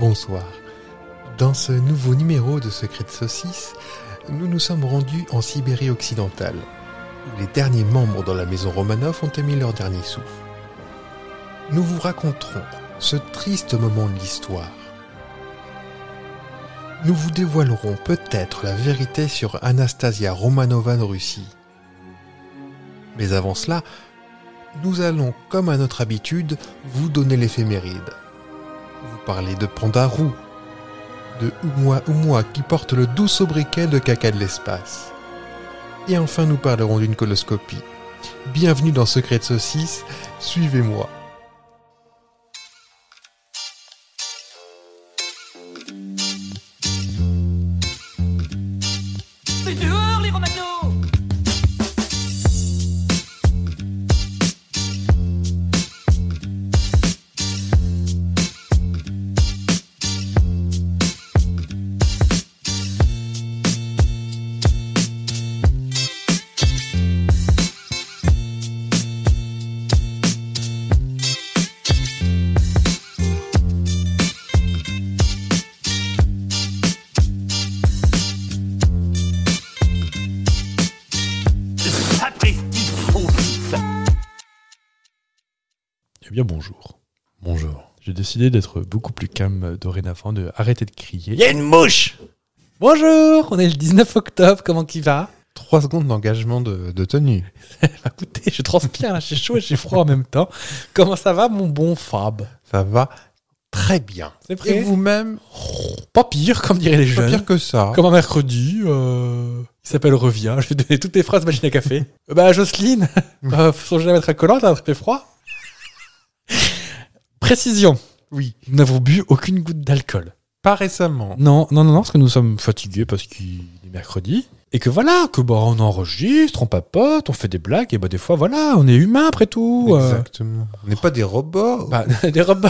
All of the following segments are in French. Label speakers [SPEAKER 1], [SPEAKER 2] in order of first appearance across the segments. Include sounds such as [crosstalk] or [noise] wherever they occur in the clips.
[SPEAKER 1] Bonsoir. Dans ce nouveau numéro de Secret de Saucisse, nous nous sommes rendus en Sibérie occidentale, où les derniers membres dans la maison Romanov ont émis leur dernier souffle. Nous vous raconterons ce triste moment de l'histoire. Nous vous dévoilerons peut-être la vérité sur Anastasia Romanova de Russie. Mais avant cela, nous allons, comme à notre habitude, vous donner l'éphéméride. Vous parlez de Panda Roux, de Oumoua Oumoua qui porte le doux sobriquet de caca de l'espace. Et enfin, nous parlerons d'une coloscopie. Bienvenue dans Secret de Saucisse, suivez-moi.
[SPEAKER 2] Mais dehors les Romano Sapristi faucisse
[SPEAKER 3] Eh bien, bonjour.
[SPEAKER 1] Bonjour.
[SPEAKER 3] J'ai décidé d'être beaucoup plus calme euh, dorénavant, de arrêter de crier.
[SPEAKER 2] Y'a une mouche
[SPEAKER 3] Bonjour, on est le 19 octobre, comment qui va
[SPEAKER 1] Trois secondes d'engagement de, de tenue.
[SPEAKER 3] Bah, Écoutez, je transpire, là, j'ai chaud et j'ai froid en même temps. Comment ça va, mon bon Fab
[SPEAKER 1] Ça va très bien.
[SPEAKER 3] C'est
[SPEAKER 1] Et vous-même,
[SPEAKER 3] Oh, Pas pire, comme diraient les
[SPEAKER 1] pas
[SPEAKER 3] jeunes.
[SPEAKER 1] pire que ça.
[SPEAKER 3] Comme un mercredi, euh, il s'appelle Reviens. Je vais donner toutes les phrases machine à [laughs] café. Euh, bah, Jocelyne, euh, faut songer à mettre un collant, t'as attrapé froid. Précision.
[SPEAKER 1] Oui.
[SPEAKER 3] Nous n'avons bu aucune goutte d'alcool.
[SPEAKER 1] Pas récemment.
[SPEAKER 3] Non, non, non, non, parce que nous sommes fatigués parce qu'il est mercredi. Et que voilà, que bah on enregistre, on papote, on fait des blagues, et bah des fois voilà, on est humain après tout. euh.
[SPEAKER 1] Exactement. On n'est pas des robots.
[SPEAKER 3] Bah, [laughs] des robots.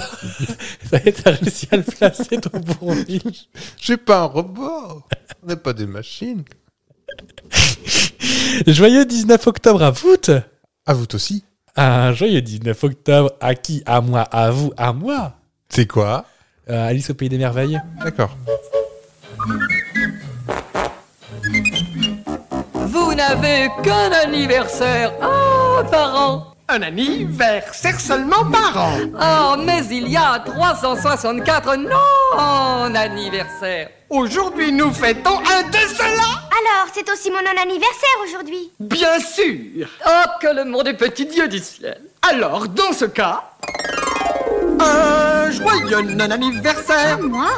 [SPEAKER 3] Ça y est, t'as réussi à le placer ton bourbiche.
[SPEAKER 1] Je suis pas un robot. On n'est pas des machines.
[SPEAKER 3] Joyeux 19 octobre à vous. t-
[SPEAKER 1] À vous aussi.
[SPEAKER 3] Un joyeux 19 octobre à qui À moi, à vous, à moi.
[SPEAKER 1] C'est quoi
[SPEAKER 3] Euh, Alice au pays des merveilles.
[SPEAKER 1] D'accord.
[SPEAKER 4] Vous n'avez qu'un anniversaire ah, par an.
[SPEAKER 2] Un anniversaire seulement par an
[SPEAKER 4] Ah, mais il y a 364 non anniversaires.
[SPEAKER 2] Aujourd'hui nous fêtons un de cela
[SPEAKER 5] Alors, c'est aussi mon anniversaire aujourd'hui.
[SPEAKER 2] Bien sûr
[SPEAKER 4] Oh, que le monde est petit Dieu du ciel.
[SPEAKER 2] Alors dans ce cas... Un joyeux non-anniversaire
[SPEAKER 5] Moi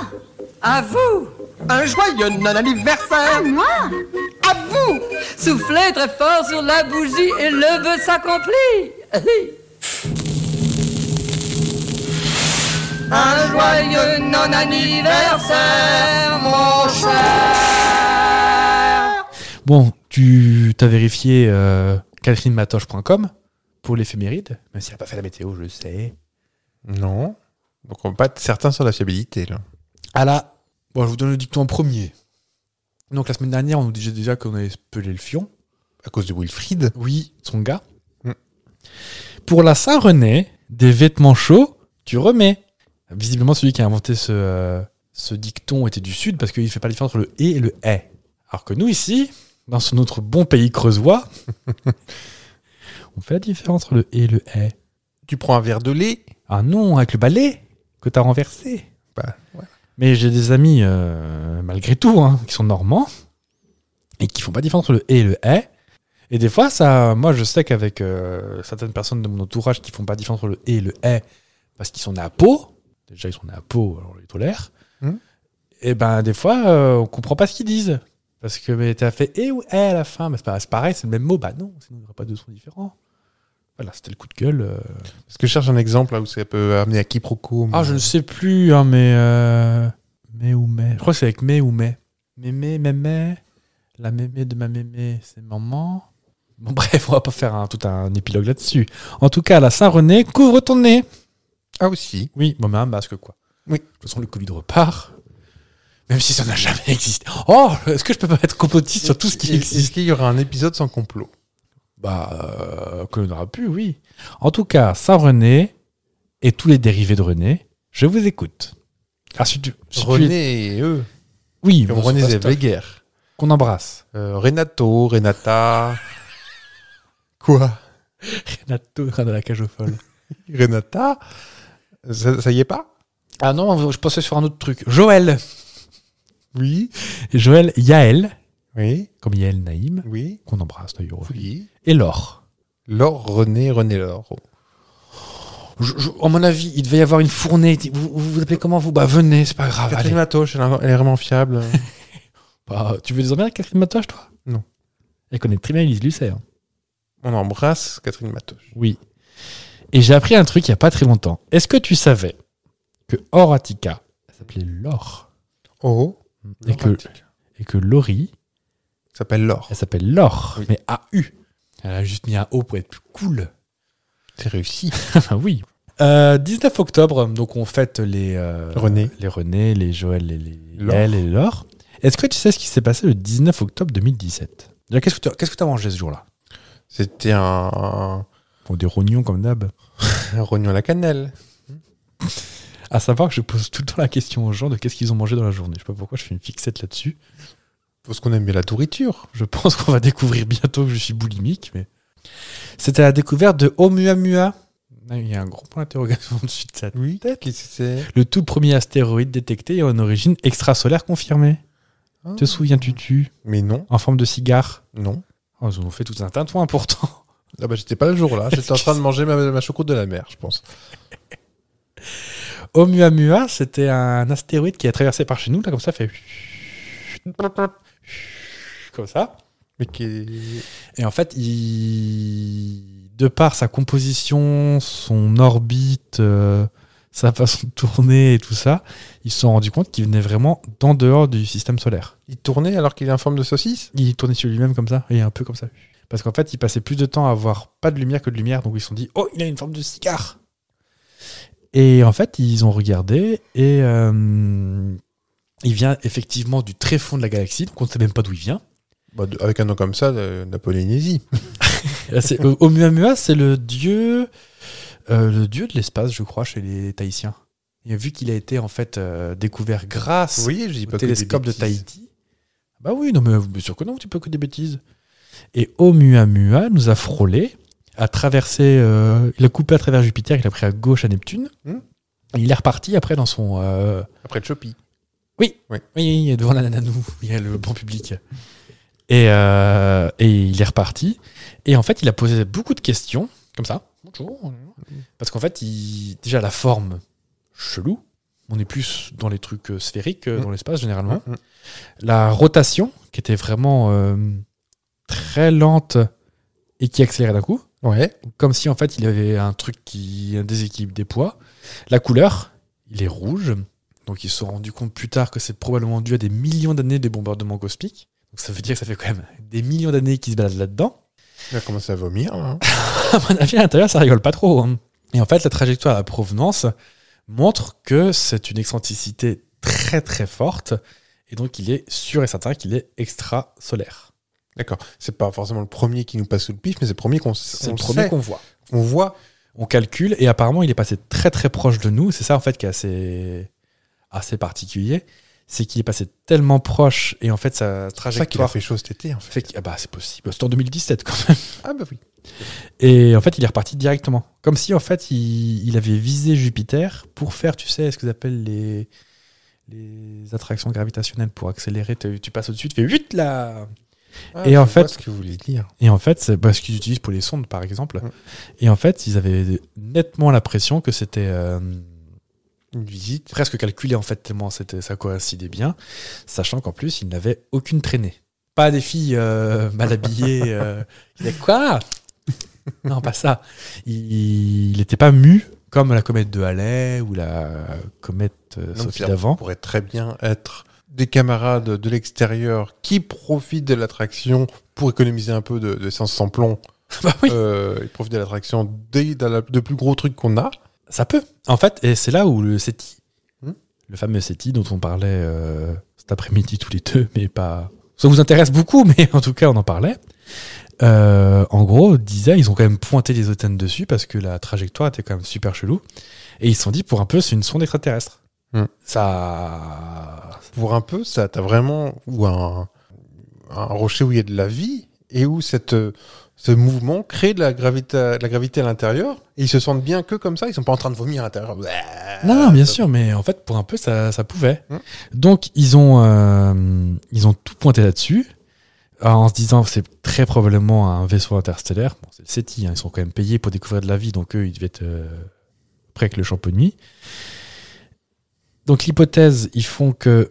[SPEAKER 4] À vous.
[SPEAKER 2] Un joyeux non-anniversaire
[SPEAKER 5] Moi
[SPEAKER 2] À vous
[SPEAKER 4] Soufflez très fort sur la bougie et le vœu s'accomplit. Un joyeux non-anniversaire, mon cher.
[SPEAKER 3] Bon, tu t'as vérifié euh, catherinematoche.com pour l'éphéméride, même si elle a pas fait la météo, je sais.
[SPEAKER 1] Non. Donc on peut pas être certain sur la fiabilité là.
[SPEAKER 3] à la. Ah Bon, je vous donne le dicton en premier. Donc la semaine dernière, on nous disait déjà qu'on avait pelé le fion.
[SPEAKER 1] À cause de Wilfried.
[SPEAKER 3] Oui, son gars.
[SPEAKER 1] Mm.
[SPEAKER 3] Pour la Saint-René, des vêtements chauds, tu remets. Visiblement, celui qui a inventé ce, euh, ce dicton était du Sud parce qu'il ne fait pas la différence entre le et et le est. Alors que nous, ici, dans ce- notre bon pays creusois, on fait la différence entre le et et le est.
[SPEAKER 1] Tu prends un verre de lait.
[SPEAKER 3] Ah non, avec le balai que t'as renversé.
[SPEAKER 1] Bah, ouais.
[SPEAKER 3] Mais j'ai des amis, euh, malgré tout, hein, qui sont normands et qui font pas différence entre le et et le est. Et des fois, ça, moi, je sais qu'avec euh, certaines personnes de mon entourage qui font pas différence entre le et et le est parce qu'ils sont nés à peau, déjà ils sont nés à peau, alors on les tolère,
[SPEAKER 1] Mhm.
[SPEAKER 3] et ben des fois, euh, on comprend pas ce qu'ils disent. Parce que mais t'as fait et ou et à la fin, mais c'est pas- c'est pareil, c'est le même mot, bah non, sinon il n'y aurait pas deux sons différents. Voilà, c'était le coup de gueule. euh,
[SPEAKER 1] Parce que je cherche un exemple là où ça peut amener à quiproquo. mais-
[SPEAKER 3] ah, je ne sais plus, hein, mais. euh, mais ou mais. Je crois que c'est avec mais ou mais. Mémé, mémé. La mémé de ma mémé, c'est maman. Bon, [laughs] bref, on va pas faire un- tout un épilogue là-dessus. En tout cas, la Saint-René, couvre ton nez.
[SPEAKER 1] Ah aussi.
[SPEAKER 3] Oui, bon, mais un masque, quoi.
[SPEAKER 1] Oui.
[SPEAKER 3] De toute façon, le Covid repart. Même si ça n'a jamais existé. Oh, est-ce que je peux pas être complotiste sur tout ce qui
[SPEAKER 1] Est-ce-
[SPEAKER 3] existe
[SPEAKER 1] Est-ce qu'il y aura un épisode sans complot
[SPEAKER 3] bah, euh, que l'on aura pu, oui. En tout cas, Saint René et tous les dérivés de René, je vous écoute. Alors, si tu- si tu es-
[SPEAKER 1] René et eux,
[SPEAKER 3] oui,
[SPEAKER 1] comme
[SPEAKER 3] bon,
[SPEAKER 1] René
[SPEAKER 3] c'est pas stop.
[SPEAKER 1] Zellweger.
[SPEAKER 3] qu'on embrasse.
[SPEAKER 1] Euh, Renato,
[SPEAKER 3] [laughs]
[SPEAKER 1] Renata. Quoi
[SPEAKER 3] Renato de la cage aux folles.
[SPEAKER 1] Renata ça, ça y est pas
[SPEAKER 3] Ah non, je pensais sur un autre truc. Joël.
[SPEAKER 1] Oui.
[SPEAKER 3] Joël Yael,
[SPEAKER 1] Oui.
[SPEAKER 3] comme Yael Naïm,
[SPEAKER 1] Oui.
[SPEAKER 3] qu'on embrasse d'ailleurs.
[SPEAKER 1] Oui.
[SPEAKER 3] Et Laure.
[SPEAKER 1] Laure, René, René Laure.
[SPEAKER 3] Je- je- à mon avis, il devait y avoir une fournée. Vous vous, vous appelez comment vous Bah venez, c'est pas grave.
[SPEAKER 1] Catherine
[SPEAKER 3] allez.
[SPEAKER 1] Matoche, elle est elle est vraiment fiable. [laughs]
[SPEAKER 3] Bah, tu veux des emmerdes, Catherine Matoche, toi
[SPEAKER 1] Non.
[SPEAKER 3] Elle connaît très bien Elise Lucet. hein.
[SPEAKER 1] On embrasse Catherine Matoche.
[SPEAKER 3] Oui. Et j'ai appris un truc il y a pas très longtemps. Est-ce que tu savais que Horatica elle s'appelait Laure
[SPEAKER 1] Oh.
[SPEAKER 3] et que, et que Laurie,
[SPEAKER 1] Ça s'appelle Laure.
[SPEAKER 3] elle s'appelle Laure,
[SPEAKER 1] Oui.
[SPEAKER 3] mais A-U. Elle a juste mis un O pour être plus cool.
[SPEAKER 1] C'est réussi.
[SPEAKER 3] [laughs] Ah oui. Euh, 19 octobre, donc on fête les, euh,
[SPEAKER 1] René.
[SPEAKER 3] les René, les Joël, les, les
[SPEAKER 1] Laure.
[SPEAKER 3] Yael et les Laure. Est-ce que tu sais ce qui s'est passé le 19 octobre 2017 Déjà, Qu'est-ce que tu as mangé ce jour-là
[SPEAKER 1] C'était un, un,
[SPEAKER 3] Bon, Des rognons comme d'hab.
[SPEAKER 1] un rognon à la cannelle.
[SPEAKER 3] À savoir que je pose tout le temps la question aux gens de qu'est-ce qu'ils ont mangé dans la journée. Je sais pas pourquoi je fais une fixette là-dessus.
[SPEAKER 1] Parce qu'on aime bien la nourriture.
[SPEAKER 3] Je pense qu'on va découvrir bientôt que je suis boulimique, mais c'était la découverte de Oumuamua. Ah, Il y a un gros point d'interrogation [laughs] dessus de ça.
[SPEAKER 1] Oui. Peut-être que c'est.
[SPEAKER 3] Le tout premier astéroïde détecté et en origine extrasolaire confirmée.
[SPEAKER 1] Oh.
[SPEAKER 3] Te souviens-tu tu
[SPEAKER 1] hein Mais non,
[SPEAKER 3] En forme de cigare.
[SPEAKER 1] non.
[SPEAKER 3] Oh, ils ont fait tout un tintouin pourtant. [laughs]
[SPEAKER 1] Ah bah j'étais pas le jour là. J'étais en train de manger ma, ma choucroute de la mer, je pense.
[SPEAKER 3] Oumuamua, c'était un astéroïde qui a traversé par chez nous, là, comme ça, fait. [laughs] Comme ça.
[SPEAKER 1] Mais qui est-
[SPEAKER 3] Et en fait, il... de par sa composition, son orbite, euh, sa façon de tourner et tout ça, ils se sont rendus compte qu'il venait vraiment d'en dehors du système solaire.
[SPEAKER 1] Il tournait alors qu'il est en forme de saucisse
[SPEAKER 3] Il tournait sur lui-même comme ça, et un peu comme ça. Parce qu'en fait, il passait plus de temps à avoir pas de lumière que de lumière, donc ils se sont dit Oh, il a une forme de cigare Et en fait, ils ont regardé, et euh, il vient effectivement du très fond de la galaxie, donc on ne sait même pas d'où il vient.
[SPEAKER 1] Bah, de- Avec un nom comme ça, de, de la Polynésie.
[SPEAKER 3] Là, c'est- euh, Oumuamua, c'est le dieu, euh, le dieu de l'espace, je crois, chez les Tahitiens. Et vu qu'il a été en fait euh, découvert grâce
[SPEAKER 1] voyez, je dis
[SPEAKER 3] au
[SPEAKER 1] que des
[SPEAKER 3] télescope de
[SPEAKER 1] bêtises.
[SPEAKER 3] Tahiti. Bah oui, non, mais bien sûr que non, tu peux que des bêtises. Et Oumuamua nous a frôlé, a traversé, euh, il a coupé à travers Jupiter, il a pris à gauche à Neptune.
[SPEAKER 1] Hmm.
[SPEAKER 3] Et il est reparti après dans son. euh,
[SPEAKER 1] Après le Chopi.
[SPEAKER 3] oui, oui, devant la nananou, il y a le bon public. Et, euh, et il est reparti. Et en fait, il a posé beaucoup de questions, comme ça. Bonjour. Parce qu'en fait, il, déjà, la forme, chelou. On est plus dans les trucs euh, sphériques, euh, dans l'espace, généralement.
[SPEAKER 1] Mhm.
[SPEAKER 3] La rotation, qui était vraiment euh, très lente et qui accélérait d'un coup
[SPEAKER 1] Ouais.
[SPEAKER 3] comme si en fait il avait un truc qui un déséquilibre des poids. La couleur, il est rouge. Donc ils se sont rendus compte plus tard que c'est probablement dû à des millions d'années de bombardements cosmiques. Donc ça veut dire que ça fait quand même des millions d'années qu'ils se baladent là-dedans.
[SPEAKER 1] Il a commencé à vomir. hein.
[SPEAKER 3] À [laughs] mon avis, à l'intérieur, ça rigole pas trop. hein. Et en fait, la trajectoire à la provenance montre que c'est une excentricité très très forte. Et donc il est sûr et certain qu'il est extrasolaire.
[SPEAKER 1] D'accord. C'est pas forcément le premier qui nous passe sous le pif, mais c'est le premier qu'on
[SPEAKER 3] C'est
[SPEAKER 1] on
[SPEAKER 3] le
[SPEAKER 1] le
[SPEAKER 3] premier
[SPEAKER 1] sait,
[SPEAKER 3] qu'on voit.
[SPEAKER 1] qu'on voit.
[SPEAKER 3] on calcule et apparemment il est passé très très proche de nous. C'est ça en fait qui est assez, assez particulier, c'est qu'il est passé tellement proche et en fait
[SPEAKER 1] C'est ça qu'il
[SPEAKER 3] sa
[SPEAKER 1] a
[SPEAKER 3] trajectoire
[SPEAKER 1] fait chaud cet été, en fait.
[SPEAKER 3] fait que- ah bah c'est possible. C'était en 2017 quand même.
[SPEAKER 1] Ah bah oui.
[SPEAKER 3] Et en fait il est reparti directement, comme si en fait il, il avait visé Jupiter pour faire, tu sais, ce que appellent les les attractions gravitationnelles pour accélérer. Tu, tu passes au-dessus, tu fais 8 là.
[SPEAKER 1] Ah,
[SPEAKER 3] Et
[SPEAKER 1] je
[SPEAKER 3] en
[SPEAKER 1] vois
[SPEAKER 3] fait-
[SPEAKER 1] ce que vous voulez dire.
[SPEAKER 3] Et en fait, c'est bah, ce qu'ils utilisent pour les sondes, par exemple.
[SPEAKER 1] Mm.
[SPEAKER 3] Et en fait, ils avaient nettement l'impression que c'était euh,
[SPEAKER 1] Une visite.
[SPEAKER 3] presque calculé en fait tellement c'était ça coïncidait bien, sachant qu'en plus il n'avait aucune traînée. Pas des filles euh, mal habillées. euh, qui disaient, quoi Non, pas ça. Il n'était pas mu comme la comète de Halley ou la comète euh,
[SPEAKER 1] Non,
[SPEAKER 3] Sophie
[SPEAKER 1] Pierre [laughs]
[SPEAKER 3] d'avant.
[SPEAKER 1] pourrait très bien être des camarades de l'extérieur qui profitent de l'attraction pour économiser un peu de- d'essence sans plomb.
[SPEAKER 3] Bah oui.
[SPEAKER 1] Euh, ils profitent de l'attraction des de la- de plus gros trucs qu'on a.
[SPEAKER 3] Ça peut. En fait, et c'est là où le SETI,
[SPEAKER 1] Hmm.
[SPEAKER 3] le fameux SETI dont on parlait euh, cet après-midi tous les deux, mais pas. Ça vous intéresse beaucoup, [laughs] mais en tout cas, on en parlait. Euh, en gros, disait, ils ont quand même pointé les antennes dessus parce que la trajectoire était quand même super chelou. Et ils se sont dit, pour un peu, c'est une sonde extraterrestre.
[SPEAKER 1] Hmm.
[SPEAKER 3] Ça.
[SPEAKER 1] Pour un peu, ça, t'as vraiment ou un, un rocher où il y a de la vie et où cette, euh, ce mouvement crée de la gravité, à- de la gravité à l'intérieur et ils se sentent bien que comme ça, ils sont pas en train de vomir à l'intérieur. Euh, Ouais.
[SPEAKER 3] Non, non, bien sûr, mais en fait, pour un peu, ça, ça pouvait.
[SPEAKER 1] Hmm.
[SPEAKER 3] Donc, ils ont, euh, ils ont tout pointé là-dessus, euh, en se disant c'est très probablement un vaisseau interstellaire. Bon, c'est le SETI, hein, ils sont quand même payés pour découvrir de la vie, donc eux, ils devaient être euh, prêts avec le chapeau de nuit. Donc, l'hypothèse, ils font que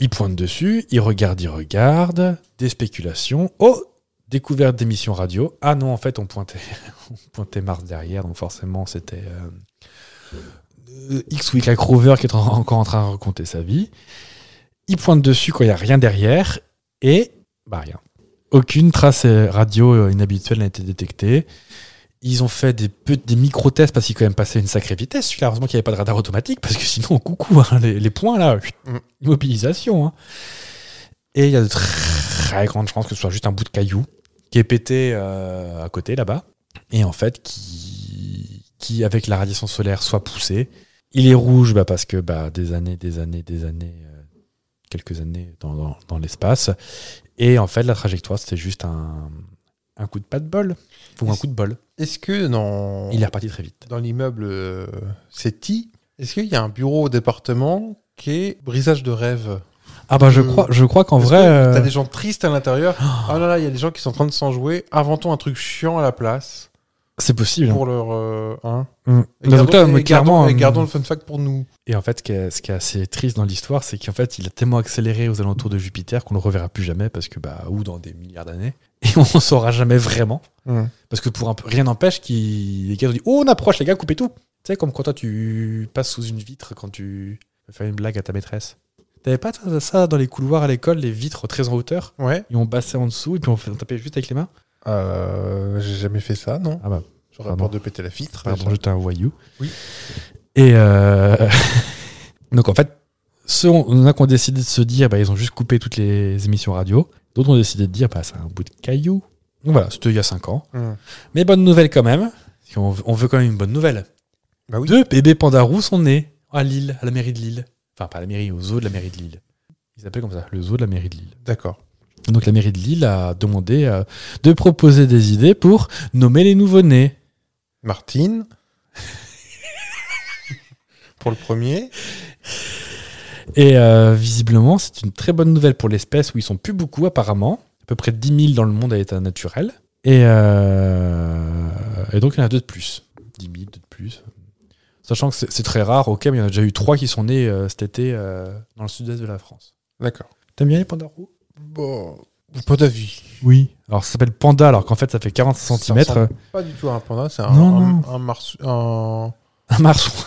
[SPEAKER 3] ils pointent dessus, ils regardent, ils regardent, des spéculations. Oh Découverte d'émissions radio. Ah non, en fait, on pointait, [laughs] on pointait Mars derrière, donc forcément, c'était. euh, euh, X ou Y Rover qui est en- encore en train de raconter sa vie. Il pointe dessus quand il n'y a rien derrière et bah rien. Aucune trace euh, radio euh, inhabituelle n'a été détectée. Ils ont fait des, pe- des micro-tests parce qu'il est quand même passé une sacrée vitesse. Celui-là, heureusement qu'il n'y avait pas de radar automatique parce que [laughs] sinon, coucou, hein, les, les points là, chut,
[SPEAKER 1] Mm.
[SPEAKER 3] immobilisation. hein. Et il y a de très grandes chances que ce soit juste un bout de caillou qui est pété euh, à côté là-bas et en fait qui, qui avec la radiation solaire soit poussée il est rouge bah, parce que bah, des années, des années, des années, euh, quelques années dans, dans- dans l'espace. Et en fait, la trajectoire, c'était juste un, un coup de pas de bol. Ou un coup de bol.
[SPEAKER 1] Est-ce que dans,
[SPEAKER 3] Il est reparti très vite.
[SPEAKER 1] dans l'immeuble euh, SETI, est-ce qu'il y a un bureau au département qui est brisage de rêve
[SPEAKER 3] Ah bah je
[SPEAKER 1] Euh,
[SPEAKER 3] crois, je crois qu'en
[SPEAKER 1] Parce
[SPEAKER 3] vrai...
[SPEAKER 1] que T'as
[SPEAKER 3] euh,
[SPEAKER 1] des gens tristes à l'intérieur. Oh là là, il y a des gens qui sont en train de s'en jouer. Inventons un truc chiant à la place
[SPEAKER 3] C'est possible.
[SPEAKER 1] pour leur. euh, hein.
[SPEAKER 3] Mm.
[SPEAKER 1] Et
[SPEAKER 3] Donc là,
[SPEAKER 1] gardons-
[SPEAKER 3] mais
[SPEAKER 1] et gardons-
[SPEAKER 3] clairement,
[SPEAKER 1] et gardons
[SPEAKER 3] euh,
[SPEAKER 1] le fun fact pour nous.
[SPEAKER 3] Et en fait, ce qui est, ce qui est assez triste dans l'histoire, c'est qu'en fait, il a tellement accéléré aux alentours de Jupiter qu'on ne le reverra plus jamais parce que, bah, ou dans des milliards d'années. [laughs] Et on ne saura jamais vraiment.
[SPEAKER 1] Mm.
[SPEAKER 3] Parce que pour un peu, rien n'empêche qu'ils, les gars ont dit, oh, on approche, les gars, coupez tout. Tu sais, comme quand toi, tu passes sous une vitre quand tu veux faire une blague à ta maîtresse. T'avais pas ça- ça dans les couloirs à l'école, les vitres très en hauteur
[SPEAKER 1] Ouais.
[SPEAKER 3] et on bassait en dessous et puis on, fait- on tapait juste avec les mains
[SPEAKER 1] Euh, J'ai jamais fait ça, non
[SPEAKER 3] Ah bah,
[SPEAKER 1] J'aurais
[SPEAKER 3] pardon.
[SPEAKER 1] peur de péter la vitre.
[SPEAKER 3] Pardon, j'étais un voyou.
[SPEAKER 1] Oui.
[SPEAKER 3] Et euh, [laughs] donc en fait, ceux on- on a qui ont décidé de se dire, bah, ils ont juste coupé toutes les émissions radio. D'autres ont décidé de dire, bah, c'est un bout de caillou. Donc voilà, c'était il y a 5 ans.
[SPEAKER 1] Hum.
[SPEAKER 3] Mais bonne nouvelle quand même. parce qu'on veut- on veut quand même une bonne nouvelle.
[SPEAKER 1] Bah oui.
[SPEAKER 3] Deux bébés pandas roux sont nés à Lille, à la mairie de Lille. Enfin, pas à la mairie, au zoo de la mairie de Lille. Ils appellent comme ça, le zoo de la mairie de Lille.
[SPEAKER 1] D'accord.
[SPEAKER 3] Donc la mairie de Lille a demandé euh, de proposer des idées pour nommer les nouveau-nés.
[SPEAKER 1] Martine. [laughs] pour le premier.
[SPEAKER 3] Et euh, visiblement, c'est une très bonne nouvelle pour l'espèce où ils sont plus beaucoup apparemment. À peu près 10 000 dans le monde à l'état naturel. Et, euh, et donc il y en a deux de plus. 10 000, deux de plus. Sachant que c'est c'est très rare, ok, mais il y en a déjà eu trois qui sont nés euh, cet été euh, dans le sud-est de la France.
[SPEAKER 1] D'accord.
[SPEAKER 3] T'aimes bien les pandas roux
[SPEAKER 1] Bon. Pas d'avis.
[SPEAKER 3] Oui. Alors ça s'appelle panda, alors qu'en fait ça fait 40
[SPEAKER 1] Ça
[SPEAKER 3] cm.
[SPEAKER 1] ressemble Pas du tout à un panda, c'est un,
[SPEAKER 3] Non,
[SPEAKER 1] un,
[SPEAKER 3] non.
[SPEAKER 1] un marsu- un-
[SPEAKER 3] [laughs] Un marsouin.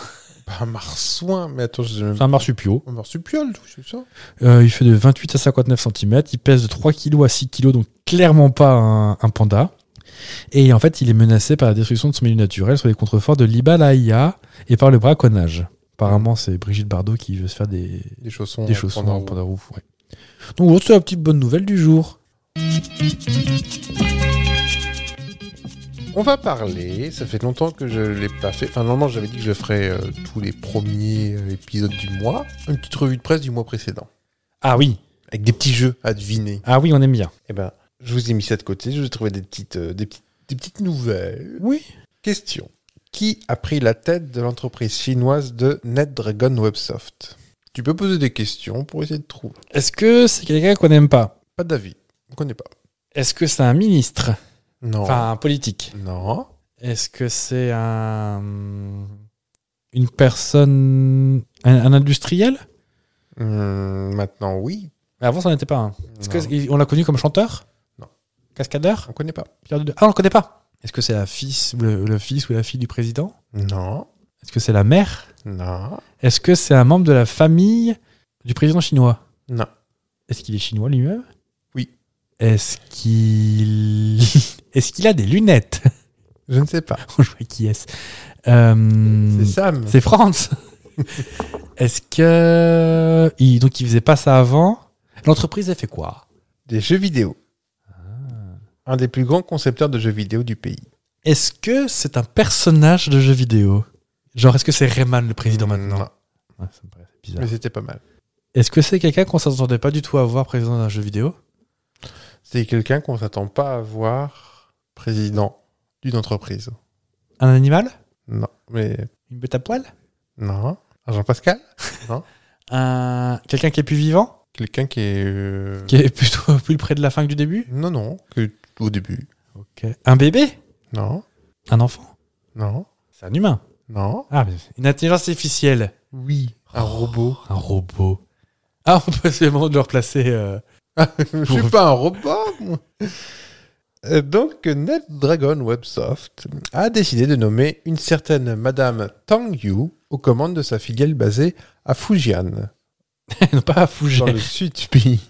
[SPEAKER 1] pas un marsouin, mais attends, je
[SPEAKER 3] C'est un marsupio.
[SPEAKER 1] un marsupiole, je sais ça.
[SPEAKER 3] Euh, il fait de 28 à 59 cm, il pèse de 3 kg à 6 kg, donc clairement pas un, un panda. Et en fait, il est menacé par la destruction de son milieu naturel sur les contreforts de l'Himalaya et par le braconnage. Apparemment, c'est Brigitte Bardot qui veut se faire des,
[SPEAKER 1] Des chaussons.
[SPEAKER 3] des
[SPEAKER 1] en
[SPEAKER 3] chaussons
[SPEAKER 1] panda
[SPEAKER 3] en
[SPEAKER 1] roux.
[SPEAKER 3] panda roux. ouais. Donc, voilà, c'est la petite bonne nouvelle du jour.
[SPEAKER 1] On va parler, ça fait longtemps que je l'ai pas fait. Enfin, normalement, j'avais dit que je ferais euh, tous les premiers euh, épisodes du mois. Une petite revue de presse du mois précédent.
[SPEAKER 3] Ah oui,
[SPEAKER 1] Avec des petits jeux à deviner.
[SPEAKER 3] ah oui, on aime bien.
[SPEAKER 1] Eh ben, je vous ai mis ça de côté, je vous ai trouvé des petites, euh, des petites, des petites nouvelles.
[SPEAKER 3] Oui.
[SPEAKER 1] Question. Qui a pris la tête de l'entreprise chinoise de NetDragon Websoft Tu peux poser des questions pour essayer de trouver.
[SPEAKER 3] Est-ce que c'est quelqu'un qu'on n'aime pas
[SPEAKER 1] Pas d'avis, on connaît pas.
[SPEAKER 3] Est-ce que c'est un ministre
[SPEAKER 1] Non.
[SPEAKER 3] Enfin, un politique
[SPEAKER 1] non.
[SPEAKER 3] Est-ce que c'est un. Une personne. Un, un industriel
[SPEAKER 1] Hum, maintenant, oui.
[SPEAKER 3] Mais avant, ça n'était pas hein. un. Est-ce
[SPEAKER 1] Non,
[SPEAKER 3] qu'on l'a connu comme chanteur
[SPEAKER 1] Non.
[SPEAKER 3] Cascadeur
[SPEAKER 1] On connaît pas.
[SPEAKER 3] Pierre de- Ah, on le connaît pas Est-ce que c'est la fils, ou le, le fils ou la fille du président
[SPEAKER 1] Non.
[SPEAKER 3] Est-ce que c'est la mère
[SPEAKER 1] Non.
[SPEAKER 3] Est-ce que c'est un membre de la famille du président chinois
[SPEAKER 1] Non.
[SPEAKER 3] Est-ce qu'il est chinois lui-même
[SPEAKER 1] Oui.
[SPEAKER 3] Est-ce qu'il. [laughs] Est-ce qu'il a des lunettes [laughs]
[SPEAKER 1] Je ne sais pas.
[SPEAKER 3] On jouait qui est-ce Euh,
[SPEAKER 1] Hmm. C'est Sam.
[SPEAKER 3] C'est France. [laughs] Est-ce que il- donc il faisait pas ça avant L'entreprise elle fait quoi
[SPEAKER 1] Des jeux vidéo. Un des plus grands concepteurs de jeux vidéo du pays.
[SPEAKER 3] Mm, Est-ce que c'est un personnage de jeu vidéo Genre est-ce que c'est Rayman le président maintenant
[SPEAKER 1] Non.
[SPEAKER 3] Ouais, ça me paraissait bizarre.
[SPEAKER 1] Mais c'était pas mal.
[SPEAKER 3] Est-ce que c'est quelqu'un qu'on s'attendait pas du tout à voir président d'un jeu vidéo
[SPEAKER 1] C'est quelqu'un qu'on s'attend pas à voir président d'une entreprise.
[SPEAKER 3] Un animal
[SPEAKER 1] Non, mais
[SPEAKER 3] Une bête à poil
[SPEAKER 1] non. Un Jean-Pascal
[SPEAKER 3] Un... Quelqu'un qui est plus vivant
[SPEAKER 1] Quelqu'un qui est... euh,
[SPEAKER 3] Qui est plutôt [laughs] plus près de la fin que du début
[SPEAKER 1] Non, non, que au début.
[SPEAKER 3] Ok. Un bébé
[SPEAKER 1] Non,
[SPEAKER 3] Un enfant
[SPEAKER 1] non,
[SPEAKER 3] C'est un humain.
[SPEAKER 1] non.
[SPEAKER 3] Ah, mais une intelligence artificielle.
[SPEAKER 1] Oui, un
[SPEAKER 3] Oh.
[SPEAKER 1] robot.
[SPEAKER 3] Un robot. Ah, on peut c'est le moment de le replacer. euh,
[SPEAKER 1] [laughs]
[SPEAKER 3] [laughs]
[SPEAKER 1] Je suis pas un robot. moi. Euh, Donc, NetDragon Websoft a décidé de nommer une certaine Madame Tang Yu aux commandes de sa filiale basée à Fujian,
[SPEAKER 3] non, pas à Fougère.
[SPEAKER 1] dans le sud du pays.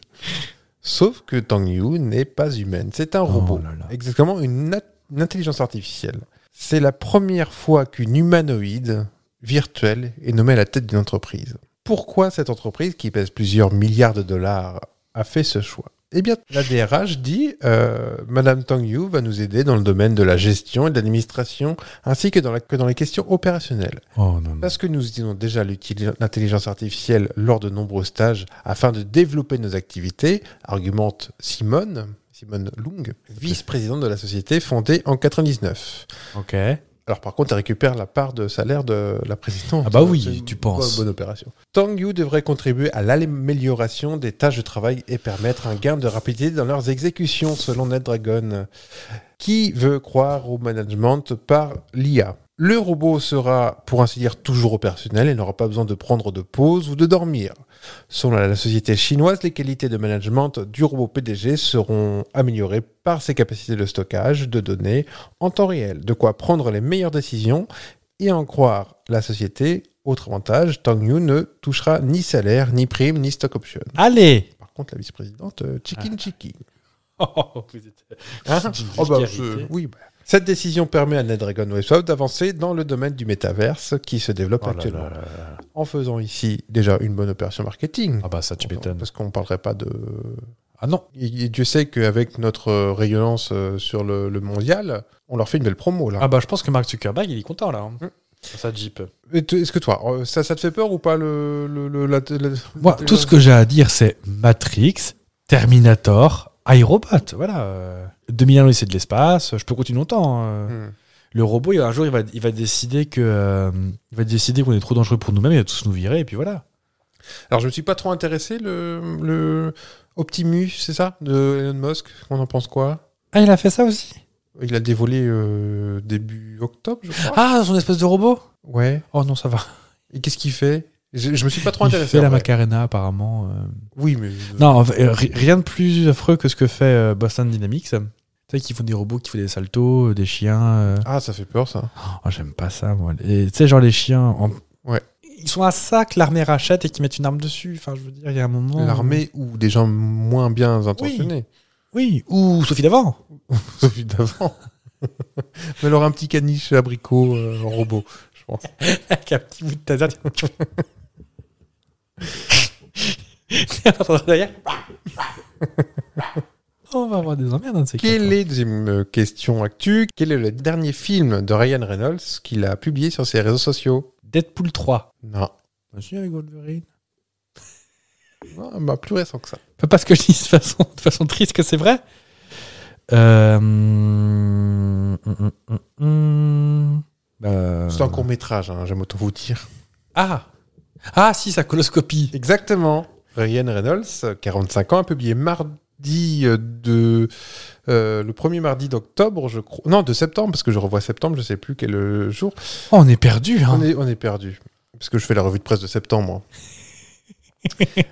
[SPEAKER 1] Sauf que Tang Yu n'est pas humaine, c'est un
[SPEAKER 3] Oh
[SPEAKER 1] robot.
[SPEAKER 3] là là.
[SPEAKER 1] Exactement, une, at- une intelligence artificielle. C'est la première fois qu'une humanoïde virtuelle est nommée à la tête d'une entreprise. Pourquoi cette entreprise, qui pèse plusieurs milliards de dollars, a fait ce choix Eh bien, la DRH dit euh, Madame Tang Yu va nous aider dans le domaine de la gestion et de l'administration, ainsi que dans, la- que dans les questions opérationnelles.
[SPEAKER 3] Oh non, non.
[SPEAKER 1] Parce que nous utilisons déjà l'utili- l'intelligence artificielle lors de nombreux stages afin de développer nos activités, argumente Simone, Simone Lung, vice-présidente de la société fondée en 99.
[SPEAKER 3] Ok. Ah
[SPEAKER 1] Alors par contre, elle récupère la part de salaire de la présidente.
[SPEAKER 3] Ah bah
[SPEAKER 1] Donc,
[SPEAKER 3] oui,
[SPEAKER 1] c'est une
[SPEAKER 3] tu penses.
[SPEAKER 1] Bonne opération. Tang Yu devrait contribuer à l'amélioration des tâches de travail et permettre un gain de rapidité dans leurs exécutions, selon NetDragon. Qui veut croire au management par l'IA Le robot sera, pour ainsi dire, toujours opérationnel et n'aura pas besoin de prendre de pause ou de dormir. Selon la société chinoise, les qualités de management du robot PDG seront améliorées par ses capacités de stockage de données en temps réel, de quoi prendre les meilleures décisions et en croire la société. Autre avantage, Tang Yu ne touchera ni salaire, ni prime, ni stock option.
[SPEAKER 3] Allez [laughs]
[SPEAKER 1] Par contre, la vice-présidente, euh,
[SPEAKER 3] Ah.
[SPEAKER 1] chicken chicken.
[SPEAKER 3] Oh, vous êtes-
[SPEAKER 1] Hein
[SPEAKER 3] D'une
[SPEAKER 1] Oh bah,
[SPEAKER 3] vulgarité.
[SPEAKER 1] je- oui, bah. Cette décision permet à NetDragon Websoft d'avancer dans le domaine du métaverse qui se développe
[SPEAKER 3] Oh là
[SPEAKER 1] actuellement.
[SPEAKER 3] là là là.
[SPEAKER 1] En faisant ici déjà une bonne opération marketing.
[SPEAKER 3] Ah bah ça, tu m'étonnes.
[SPEAKER 1] Parce qu'on ne parlerait pas de.
[SPEAKER 3] Ah non
[SPEAKER 1] Et et Dieu sait qu'avec notre euh, rayonnance euh, sur le, le mondial, on leur fait une belle promo là.
[SPEAKER 3] Ah bah je pense que Mark Zuckerberg, il est content là. hein. Sur Sa Jeep.
[SPEAKER 1] Et t- Est-ce que toi, euh, ça, ça te fait peur ou pas le, le- le- la- la-
[SPEAKER 3] Moi,
[SPEAKER 1] la-
[SPEAKER 3] tout ce que j'ai à dire, c'est Matrix, Terminator, iRobot. Voilà. euh, 2001 l'Odyssée de l'espace. Je peux continuer longtemps. euh.
[SPEAKER 1] Hmm.
[SPEAKER 3] Le robot, il- un jour, il va, il va décider que, euh, il va décider qu'on est trop dangereux pour nous-mêmes. Il va tous nous virer et puis voilà.
[SPEAKER 1] Alors, je ne suis pas trop intéressé, le, le Optimus, c'est ça De Elon Musk On en pense quoi
[SPEAKER 3] Ah, il a fait ça aussi.
[SPEAKER 1] Il a dévoilé euh, début octobre, je crois.
[SPEAKER 3] Ah, son espèce de robot.
[SPEAKER 1] Ouais.
[SPEAKER 3] Oh non, ça va.
[SPEAKER 1] Et qu'est-ce qu'il fait je, je me suis pas trop
[SPEAKER 3] Il
[SPEAKER 1] intéressé.
[SPEAKER 3] fait
[SPEAKER 1] en
[SPEAKER 3] la
[SPEAKER 1] vrai.
[SPEAKER 3] Macarena apparemment. euh.
[SPEAKER 1] Oui, mais.
[SPEAKER 3] Non, en fait, euh, ri- rien de plus affreux que ce que fait euh, Boston Dynamics. Tu sais qu'ils font des robots qui font des saltos, euh, des chiens. euh.
[SPEAKER 1] Ah, ça fait peur, ça.
[SPEAKER 3] Oh, j'aime pas ça, moi. Et tu sais, genre les chiens. en-
[SPEAKER 1] Ouais.
[SPEAKER 3] Ils sont à ça que l'armée rachète et qu'ils mettent une arme dessus. Enfin, je veux dire, il y a un moment. euh,
[SPEAKER 1] L'armée ou des gens moins bien intentionnés.
[SPEAKER 3] Oui, ou
[SPEAKER 1] [laughs]
[SPEAKER 3] Sophie d'avant.
[SPEAKER 1] Celui d'avant. [laughs] mais alors, un petit caniche abricot euh, robot, je pense.
[SPEAKER 3] Avec un petit bout de taser. Derrière. [laughs] On va avoir des emmerdes, hein, de ces quatre, hein.
[SPEAKER 1] Quelle est, deuxième euh, question actu, quel est le dernier film de Ryan Reynolds qu'il a publié sur ses réseaux sociaux
[SPEAKER 3] hein. Deadpool 3.
[SPEAKER 1] Non.
[SPEAKER 3] avec Wolverine.
[SPEAKER 1] Non, bah, plus récent que ça.
[SPEAKER 3] Pas parce que je dis de façon, de façon triste que c'est vrai. Euh... hum, hum, hum, hum. Euh,
[SPEAKER 1] C'est un court métrage, hein, j'aime autant vous dire.
[SPEAKER 3] Ah Ah si, sa coloscopie.
[SPEAKER 1] Exactement. Ryan Reynolds, 45 ans, a publié mardi euh, de. euh, le premier mardi d'octobre, je crois. Non, de septembre, parce que je revois septembre, je sais plus quel euh, jour.
[SPEAKER 3] Oh, on est perdu. Hein.
[SPEAKER 1] On est, on est perdu. Parce que je fais la revue de presse de
[SPEAKER 3] [laughs]
[SPEAKER 1] septembre. hein.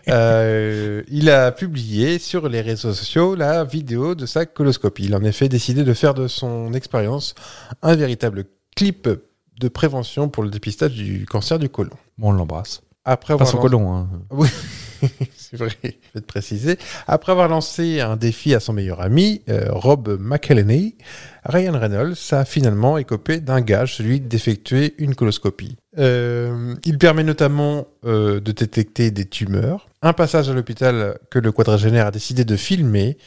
[SPEAKER 1] Euh, il a publié sur les réseaux sociaux la vidéo de sa coloscopie. Il a en effet décidé de faire de son expérience un véritable clip de prévention pour le dépistage du cancer du côlon.
[SPEAKER 3] Bon, on l'embrasse.
[SPEAKER 1] Après
[SPEAKER 3] Pas
[SPEAKER 1] avoir
[SPEAKER 3] son
[SPEAKER 1] lancé-
[SPEAKER 3] colon. Hein.
[SPEAKER 1] c'est vrai, [laughs] je vais te préciser. Après avoir lancé un défi à son meilleur ami, euh, Rob McElhenney, Ryan Reynolds a finalement écopé d'un gage, celui d'effectuer une coloscopie. Euh, il permet notamment euh, de détecter des tumeurs, un passage à l'hôpital que le quadragénaire a décidé de filmer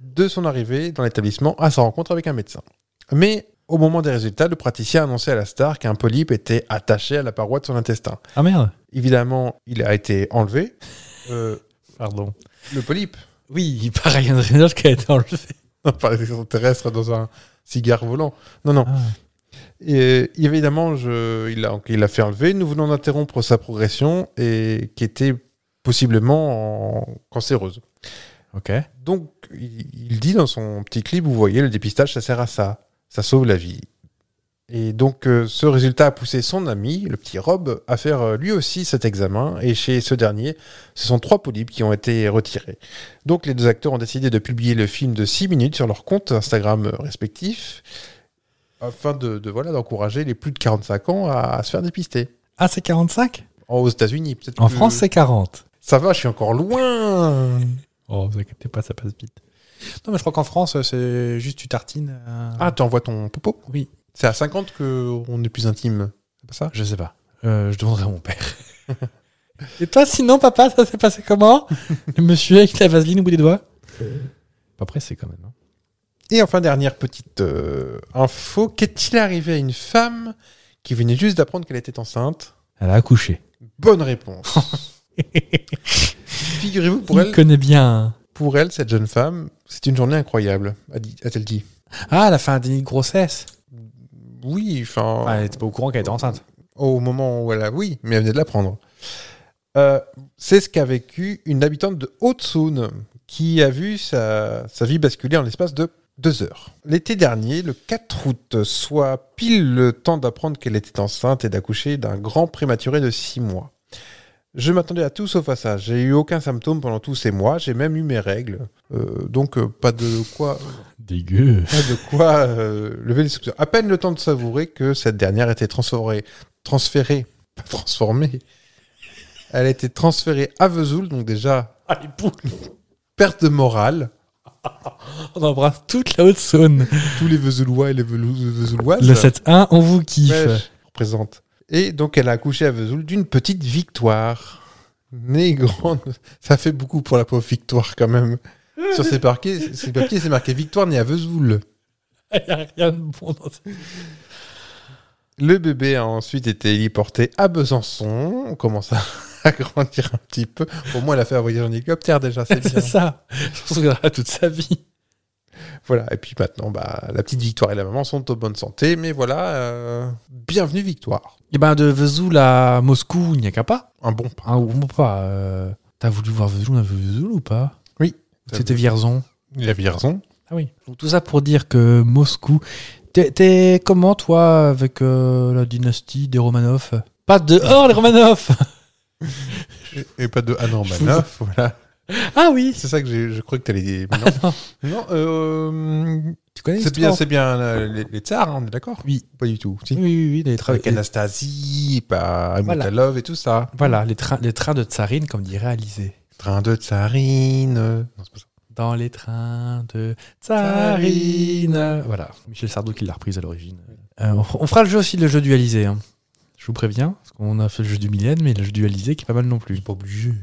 [SPEAKER 1] de son arrivée dans l'établissement à sa rencontre avec un médecin. Mais Au moment des résultats, le praticien a annoncé à la star qu'un polype était attaché à la paroi de son intestin.
[SPEAKER 3] Ah merde
[SPEAKER 1] Évidemment, il a été enlevé. Euh,
[SPEAKER 3] Pardon.
[SPEAKER 1] le [laughs] polype,
[SPEAKER 3] Oui, il paraît Ryan Reynolds qui a été enlevé.
[SPEAKER 1] par les extraterrestres dans un cigare volant. Non, non.
[SPEAKER 3] Ah.
[SPEAKER 1] Et euh, évidemment, je, il l'a il l'a fait enlever. Nous venons d'interrompre sa progression et qui était possiblement en cancéreuse.
[SPEAKER 3] Ok.
[SPEAKER 1] Donc, il, il dit dans son petit clip, vous voyez, le dépistage, ça sert à ça. Ça sauve la vie. Et donc, euh, ce résultat a poussé son ami, le petit Rob, à faire euh, lui aussi cet examen. Et chez ce dernier, ce sont trois polypes qui ont été retirés. Donc, les deux acteurs ont décidé de publier le film de 6 minutes sur leur compte Instagram euh, respectif, afin de, de, voilà d'encourager les plus de 45 ans à, à se faire dépister.
[SPEAKER 3] Ah, c'est 45
[SPEAKER 1] En- Aux États-Unis, peut-être.
[SPEAKER 3] En
[SPEAKER 1] que-
[SPEAKER 3] France, c'est 40.
[SPEAKER 1] Ça va, je suis encore loin.
[SPEAKER 3] Oh, vous inquiétez pas, ça passe vite. Non, mais je crois qu'en France, c'est juste tu tartines. euh,
[SPEAKER 1] Ah, t'envoies ton popo
[SPEAKER 3] oui.
[SPEAKER 1] C'est à 50 qu'on est plus intime. C'est pas ça
[SPEAKER 3] Je sais pas. Euh, je demanderai à mon [laughs] père. Et toi, sinon, papa, ça s'est passé [laughs] comment Le monsieur avec la vaseline au bout des doigts Pas pressé quand même. hein.
[SPEAKER 1] Et enfin, dernière petite euh, info. Qu'est-il arrivé à une femme qui venait juste d'apprendre qu'elle était enceinte
[SPEAKER 3] Elle a accouché.
[SPEAKER 1] Bonne réponse. Figurez-vous, pour
[SPEAKER 3] Il
[SPEAKER 1] elle,
[SPEAKER 3] connaît bien. hein.
[SPEAKER 1] pour elle, cette jeune femme, c'est une journée incroyable, a dit- a-t-elle dit.
[SPEAKER 3] Ah, elle a fait un déni de grossesse.
[SPEAKER 1] Oui, enfin...
[SPEAKER 3] Ah, elle était pas au courant qu'elle était enceinte.
[SPEAKER 1] au moment où elle a... Oui, mais elle venait de l'apprendre. Euh, c'est ce qu'a vécu une habitante de Haute-Saône qui a vu sa, sa vie basculer en l'espace de deux heures. L'été dernier, le 4 août, soit pile le temps d'apprendre qu'elle était enceinte et d'accoucher d'un grand prématuré de six mois. Je m'attendais à tout sauf à ça. J'ai eu aucun symptôme pendant tous ces mois. J'ai même eu mes règles. Euh, donc, euh, pas de quoi
[SPEAKER 3] Dégueu.
[SPEAKER 1] pas Ah, de quoi euh, lever les soupçons. À peine le temps de savourer que cette dernière était transformée, transférée, pas transformée. Elle a été transférée à Vesoul, donc déjà
[SPEAKER 3] Ah, les poules.
[SPEAKER 1] perte de morale.
[SPEAKER 3] On embrasse toute la Haute-Saône.
[SPEAKER 1] Tous les Vesoulois et les Velou- Vesouloises
[SPEAKER 3] Le 7-1, on vous kiffe.
[SPEAKER 1] ouais, je représente. Et donc elle a accouché à Vesoul d'une petite victoire. Née grande, ça fait beaucoup pour la pauvre victoire quand même.
[SPEAKER 3] [laughs]
[SPEAKER 1] Sur ses, parquets, ses papiers, c'est marqué victoire née à Vesoul.
[SPEAKER 3] Il n'y a rien de bon dans cette-
[SPEAKER 1] Le bébé a ensuite été héliporté à Besançon. On commence à, [laughs] à grandir un petit peu. Au moins, elle a fait un voyage en hélicoptère déjà, [laughs] c'est bien.
[SPEAKER 3] hein. C'est ça. Je pense qu'on aura toute sa vie.
[SPEAKER 1] Voilà. Et puis maintenant, bah, la petite Victoire et la maman sont en bonne santé. Mais voilà, euh, bienvenue Victoire.
[SPEAKER 3] Et ben, de Vesoul à Moscou, il n'y a qu'à pas.
[SPEAKER 1] Un bon pas.
[SPEAKER 3] Ah, ou pas. euh, T'as voulu voir Vesoul, on a vu Vesoul ou pas
[SPEAKER 1] Oui.
[SPEAKER 3] Ou C'était Vierzon.
[SPEAKER 1] Il avait raison.
[SPEAKER 3] Ah oui. Donc, tout ça pour dire que Moscou. T'es- T'es comment, toi, avec euh, la dynastie des Romanov Pas dehors, les Romanov
[SPEAKER 1] Et pas de ah [laughs] Anormanov. voilà.
[SPEAKER 3] Ah oui
[SPEAKER 1] C'est ça que j'ai- je crois que t'allais. mais Ah Non. [laughs] non euh,
[SPEAKER 3] Tu connais
[SPEAKER 1] c'est bien, c'est bien euh, les, les tsars, hein, on est d'accord
[SPEAKER 3] Oui.
[SPEAKER 1] Pas du tout. Si.
[SPEAKER 3] Oui, oui, oui. Les trains,
[SPEAKER 1] Avec Anastasie, bah,
[SPEAKER 3] Voilà.
[SPEAKER 1] Moutalov et tout ça.
[SPEAKER 3] Voilà, les trains, les trains de Tsarine, comme dirait Alizé.
[SPEAKER 1] Train de tsarine. euh, Non, c'est pas ça.
[SPEAKER 3] Dans les trains de
[SPEAKER 1] Tsarine.
[SPEAKER 3] Tsarine. Voilà, Michel Sardou qui l'a reprise à l'origine. Euh, on, f- on fera le jeu aussi, le jeu du Alizé. hein. Je vous préviens, parce qu'on a fait le jeu du Mylène, mais le jeu du Alizé qui est pas mal non plus. Pas obligé. [laughs]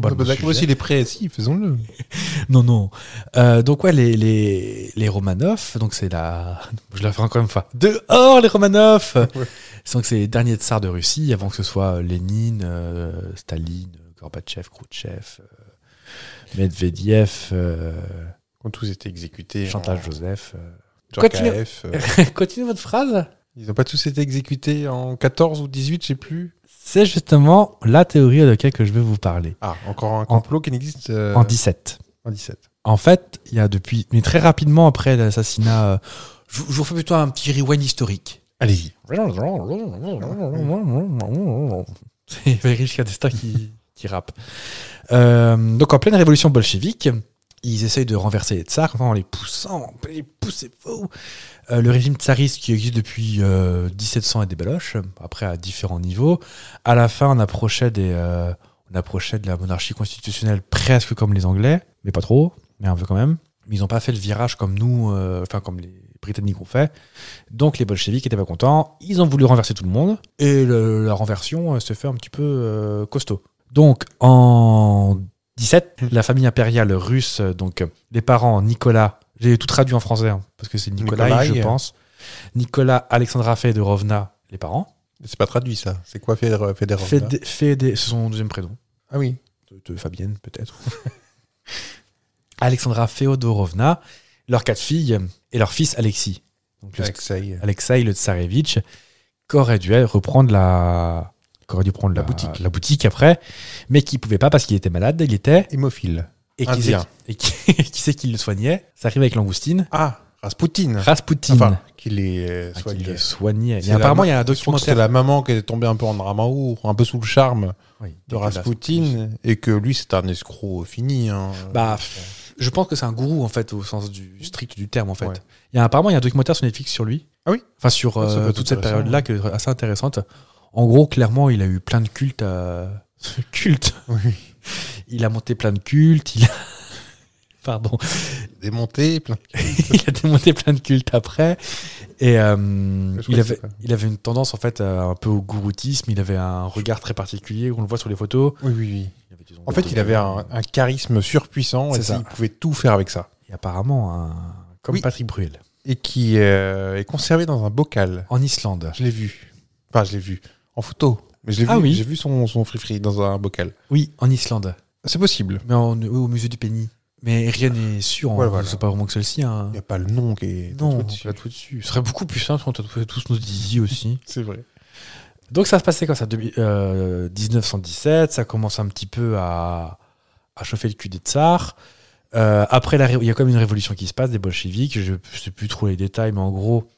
[SPEAKER 1] Bah, d'accord, aussi les prêts, si, faisons-le.
[SPEAKER 3] Non, non. Euh, donc, ouais, les, les, les Romanov, donc c'est la. Je la fais encore une fois. Dehors, les [laughs] Romanov C'est Donc, c'est les derniers tsars de Russie, avant que ce soit Lénine, euh, Staline, Gorbatchev, Khrouchtchev, euh, Medvedev, euh,
[SPEAKER 1] Quand tous étaient exécutés.
[SPEAKER 3] Chantal Joseph. euh.
[SPEAKER 1] en
[SPEAKER 3] Quoi qu'il y a-
[SPEAKER 1] KF, euh,
[SPEAKER 3] [laughs] Continue votre phrase.
[SPEAKER 1] ils n'ont pas tous été exécutés en 14 ou 18, je sais plus.
[SPEAKER 3] C'est justement la théorie de laquelle que je vais vous parler.
[SPEAKER 1] Ah, encore un complot qui n'existe euh,
[SPEAKER 3] En 17.
[SPEAKER 1] en 17.
[SPEAKER 3] En fait, il y a depuis, mais très rapidement après l'assassinat, euh, je, je vous fais plutôt un petit rewind historique. Allez-y. hein. [laughs] C'est Valérie Giscard qui, qui rappe. Euh, donc en pleine révolution bolchevique, ils essayent de renverser les tsars en les poussant, les poussez-vous. Euh, le régime tsariste qui existe depuis euh, 1700 et des baloches, après à différents niveaux. À la fin, on approchait des, euh, on approchait de la monarchie constitutionnelle presque comme les Anglais, mais pas trop, mais un peu quand même. Mais ils n'ont pas fait le virage comme nous, euh, enfin comme les Britanniques ont fait. Donc les bolcheviks étaient pas contents, ils ont voulu renverser tout le monde, et le- la renversion euh, se fait un petit peu euh, costaud. Donc en 17, la famille impériale russe, donc euh, les parents Nicolas, j'ai tout traduit en français, hein, parce que c'est Nicolas,
[SPEAKER 1] Nicolas,
[SPEAKER 3] je
[SPEAKER 1] euh,
[SPEAKER 3] pense. Nicolas Alexandra Fay de Rovna, les parents.
[SPEAKER 1] C'est pas traduit ça. C'est quoi Federer Federer
[SPEAKER 3] Fédé, Fédé- c'est son deuxième prénom.
[SPEAKER 1] Ah oui.
[SPEAKER 3] de Fabienne peut-être. Alexandra Feodorovna, leurs quatre filles et leur fils Alexis. Donc le-
[SPEAKER 1] Alexei.
[SPEAKER 3] Alexei le Tsarevitch, qu'aurait dû reprendre la qu'aurait dû prendre la,
[SPEAKER 1] boutique.
[SPEAKER 3] la boutique après, mais qui pouvait pas parce qu'il était malade, il était
[SPEAKER 1] Hémophile.
[SPEAKER 3] et qui sait
[SPEAKER 1] Indien.
[SPEAKER 3] et qui, [laughs] qui sait qui le soignait Ça arrive avec l'angoustine,
[SPEAKER 1] Ah, Rasputin.
[SPEAKER 3] Rasputin.
[SPEAKER 1] Enfin, qu'il est
[SPEAKER 3] Ah, qui
[SPEAKER 1] soigné.
[SPEAKER 3] le soignait.
[SPEAKER 1] C'est
[SPEAKER 3] Et
[SPEAKER 1] la
[SPEAKER 3] apparemment,
[SPEAKER 1] ma-
[SPEAKER 3] il y a
[SPEAKER 1] Je
[SPEAKER 3] un
[SPEAKER 1] crois que c'était
[SPEAKER 3] documentaire.
[SPEAKER 1] la maman qui était tombée un peu en drame amour, un peu sous le charme
[SPEAKER 3] Oui,
[SPEAKER 1] de
[SPEAKER 3] Nicolas.
[SPEAKER 1] Rasputin, et que lui, c'est un escroc fini. hein.
[SPEAKER 3] Bah, pff, je pense que c'est un gourou en fait au sens du strict du terme en fait.
[SPEAKER 1] Ouais.
[SPEAKER 3] Il y a apparemment il y a un documentaire sur Netflix sur lui.
[SPEAKER 1] Ah oui
[SPEAKER 3] Enfin sur
[SPEAKER 1] Ah, ça
[SPEAKER 3] euh,
[SPEAKER 1] peut être
[SPEAKER 3] toute cette
[SPEAKER 1] intéressant,
[SPEAKER 3] période là qui est assez intéressante. En gros, clairement, il a eu plein de cultes. [laughs] euh, cultes.
[SPEAKER 1] Oui.
[SPEAKER 3] Il a monté plein de cultes. Il a... [laughs] Pardon. [laughs]
[SPEAKER 1] Démonté, plein.
[SPEAKER 3] il a démonté plein de cultes après. Et euh,
[SPEAKER 1] crois
[SPEAKER 3] il,
[SPEAKER 1] que
[SPEAKER 3] avait,
[SPEAKER 1] c'est ça.
[SPEAKER 3] il avait une tendance en fait euh, un peu au gouroutisme. Il avait un regard très particulier. On le voit sur les photos.
[SPEAKER 1] Oui, oui, oui. En fait, il avait un, un charisme surpuissant
[SPEAKER 3] C'est
[SPEAKER 1] et
[SPEAKER 3] ça.
[SPEAKER 1] il pouvait tout faire avec ça.
[SPEAKER 3] Et apparemment un comme
[SPEAKER 1] Oui.
[SPEAKER 3] Patrick Bruel
[SPEAKER 1] Et qui euh, est conservé dans un bocal.
[SPEAKER 3] en Islande.
[SPEAKER 1] Je l'ai vu. Enfin, je l'ai vu. En photo. Mais je l'ai
[SPEAKER 3] Ah
[SPEAKER 1] vu.
[SPEAKER 3] oui.
[SPEAKER 1] J'ai vu son, son free-free dans un bocal.
[SPEAKER 3] Oui, en Islande.
[SPEAKER 1] C'est possible.
[SPEAKER 3] Mais en- au musée du Penny. Mais rien n'est sûr.
[SPEAKER 1] Voilà,
[SPEAKER 3] on ne
[SPEAKER 1] voilà.
[SPEAKER 3] sait pas vraiment que celle-ci. Hein.
[SPEAKER 1] Il n'y a pas le nom qui est
[SPEAKER 3] Non,
[SPEAKER 1] tatoué
[SPEAKER 3] on
[SPEAKER 1] dessus.
[SPEAKER 3] l'a tout dessus. Ce serait beaucoup plus simple si on tatouait tous nos zizi aussi.
[SPEAKER 1] C'est vrai.
[SPEAKER 3] Donc ça se passait comme ça, demi- euh, 1917. Ça commence un petit peu à, à chauffer le cul des tsars. Euh, après, la ré- il y a comme une révolution qui se passe, des bolcheviks. Je ne sais plus trop les détails, mais en gros,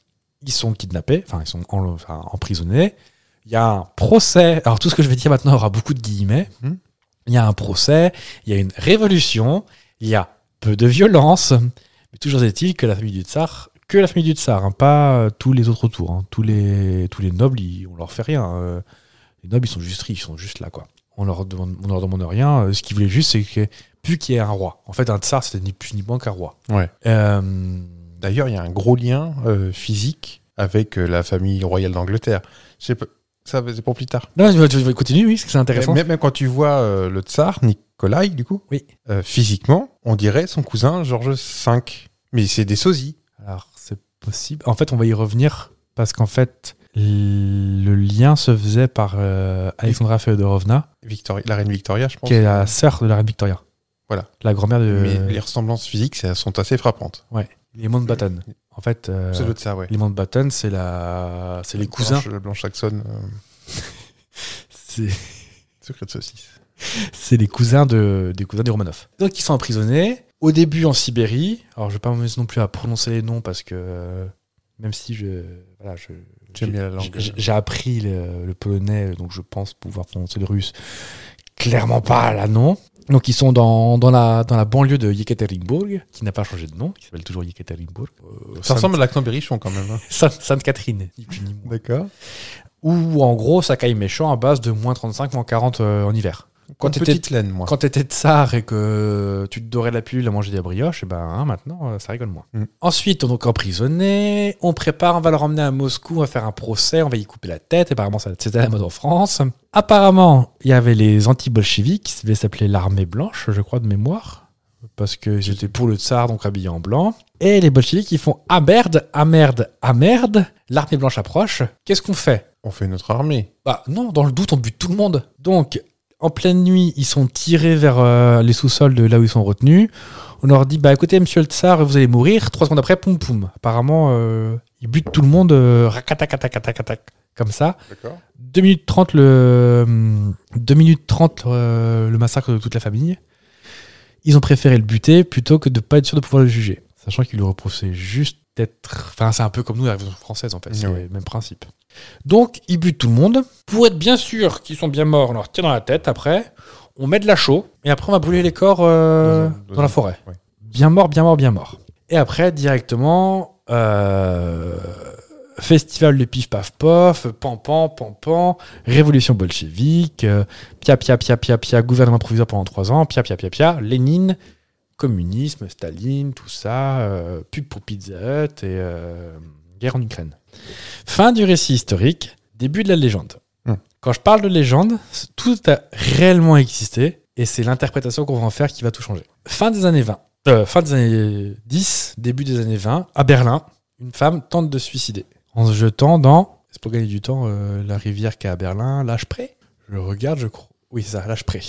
[SPEAKER 3] ils sont kidnappés. Enfin, ils sont en- enfin, emprisonnés. Il y a un procès. Alors, tout ce que je vais dire maintenant aura beaucoup de guillemets.
[SPEAKER 1] Mhm.
[SPEAKER 3] Il y a un procès. Il y a une révolution. Il y a peu de violence. Mais toujours est-il que la famille du tsar, que la famille du tsar, hein, pas euh, tous les autres autour. hein. Tous, les, tous les nobles, ils- on leur fait rien. euh. les nobles, ils sont juste riches, ils sont juste là, quoi. On leur demande, on leur demande rien. Euh, ce qu'ils voulaient juste, c'est que plus qu'il y ait un roi. En fait, un tsar, c'était ni plus ni moins qu'un roi.
[SPEAKER 1] Ouais.
[SPEAKER 3] Euh,
[SPEAKER 1] D'ailleurs, il y a un gros lien euh, physique avec euh, la famille royale d'Angleterre. Je sais pas- Ça, c'est pour plus tard.
[SPEAKER 3] non, je- je- je- continue, oui, parce que c'est intéressant.
[SPEAKER 1] Même, même quand tu vois euh, le tsar, Nikolai, du coup,
[SPEAKER 3] Oui.
[SPEAKER 1] euh, physiquement, on dirait son cousin Georges V. Mais c'est des sosies.
[SPEAKER 3] Alors, c'est possible. En fait, on va y revenir parce qu'en fait, l- le lien se faisait par euh, Alexandra Feodorovna,
[SPEAKER 1] Victoria, la reine Victoria, je pense.
[SPEAKER 3] qui est la sœur de la reine Victoria.
[SPEAKER 1] Voilà.
[SPEAKER 3] La grand-mère de.
[SPEAKER 1] Mais les ressemblances physiques ça, sont assez frappantes.
[SPEAKER 3] Les Mountbatten. En fait, euh,
[SPEAKER 1] Ça doit être ça, ouais.
[SPEAKER 3] les Mountbatten, c'est la, c'est les cousins.
[SPEAKER 1] Blanche- La blanche saxonne, euh,
[SPEAKER 3] C'est,
[SPEAKER 1] secret de saucisse.
[SPEAKER 3] c'est les cousins de, des cousins des Romanov. Donc, ils sont emprisonnés. Au début, en Sibérie. Alors, je vais pas m'amuser non plus à prononcer les noms parce que, euh, même si je, voilà, je,
[SPEAKER 1] J'aime
[SPEAKER 3] j'ai-
[SPEAKER 1] bien la langue.
[SPEAKER 3] j'ai- J'ai appris le, le polonais, donc je pense pouvoir prononcer le russe. Clairement pas, là, non. Donc, ils sont dans, dans, la, dans la banlieue de Yekaterinburg, qui n'a pas changé de nom, qui s'appelle toujours Yekaterinburg. Euh,
[SPEAKER 1] Ça
[SPEAKER 3] Sainte-
[SPEAKER 1] ressemble à l'accent berrichon quand même. hein.
[SPEAKER 3] [laughs] Sainte- Sainte-Catherine, ni plus ni moins.
[SPEAKER 1] D'accord.
[SPEAKER 3] Ou en gros, ça caille méchant à base de moins 35, moins 40 euh, en hiver. Quand
[SPEAKER 1] Quand
[SPEAKER 3] t'étais
[SPEAKER 1] petite laine, moi.
[SPEAKER 3] quand t'étais tsar et que tu te dorais la pilule à manger des brioches, et ben hein, maintenant, euh, ça rigole moins.
[SPEAKER 1] Mm.
[SPEAKER 3] Ensuite, on est donc emprisonné, on prépare, on va le ramener à Moscou, on va faire un procès, on va y couper la tête. Apparemment, ça- c'était à la mode en France. Apparemment, il y avait les anti-bolcheviques, qui devaient s'appeler l'armée blanche, je crois, de mémoire. Parce que j'étais pour le tsar, donc habillé en blanc. Et les bolcheviques, ils font Ah merde, ah merde, ah merde. L'armée blanche approche. Qu'est-ce qu'on fait
[SPEAKER 1] On fait notre armée.
[SPEAKER 3] bah non, dans le doute, on bute tout le monde. Donc, en pleine nuit, ils sont tirés vers euh, les sous-sols de là où ils sont retenus. On leur dit, bah écoutez, monsieur le tsar, vous allez mourir. Trois secondes après, poum poum. Apparemment, euh, ils butent tout le monde, euh, racatacatacatacatac, comme ça.
[SPEAKER 1] D'accord.
[SPEAKER 3] 2 minutes 30 le, hum, 2 minutes 30 euh, le massacre de toute la famille. Ils ont préféré le buter plutôt que de pas être sûr de pouvoir le juger. Sachant qu'il lui reprochait juste d'être. Enfin, c'est un peu comme nous, la Révolution française, en fait. C'est
[SPEAKER 1] Ouais.
[SPEAKER 3] le même principe. Donc, ils butent tout le monde. Pour être bien sûr qu'ils sont bien morts, on leur tire dans la tête après. On met de la chaux. Et après, on va brûler les corps euh,
[SPEAKER 1] Dans un- dans
[SPEAKER 3] dans la
[SPEAKER 1] un-
[SPEAKER 3] forêt.
[SPEAKER 1] ouais.
[SPEAKER 3] Bien mort, bien mort, bien mort. Et après, directement. euh, Festival de pif paf pof, pan pan pan pan, révolution bolchevique, euh, pia pia pia pia pia, gouvernement provisoire pendant trois ans, pia pia pia pia, Lénine, communisme, Staline, tout ça, euh, pub pour Pizza Hut et euh, guerre en Ukraine. Fin du récit historique, début de la légende.
[SPEAKER 1] Hmm.
[SPEAKER 3] Quand je parle de légende, c- tout a réellement existé et c'est l'interprétation qu'on va en faire qui va tout changer. Fin des années 20, euh, fin des années 10, début des années 20, à Berlin, une femme tente de se suicider en se jetant dans, c'est pour gagner du temps, euh, la rivière qui est à Berlin, Lâche-Pré. Je regarde, je crois. Oui, c'est ça, Lâche-Pré.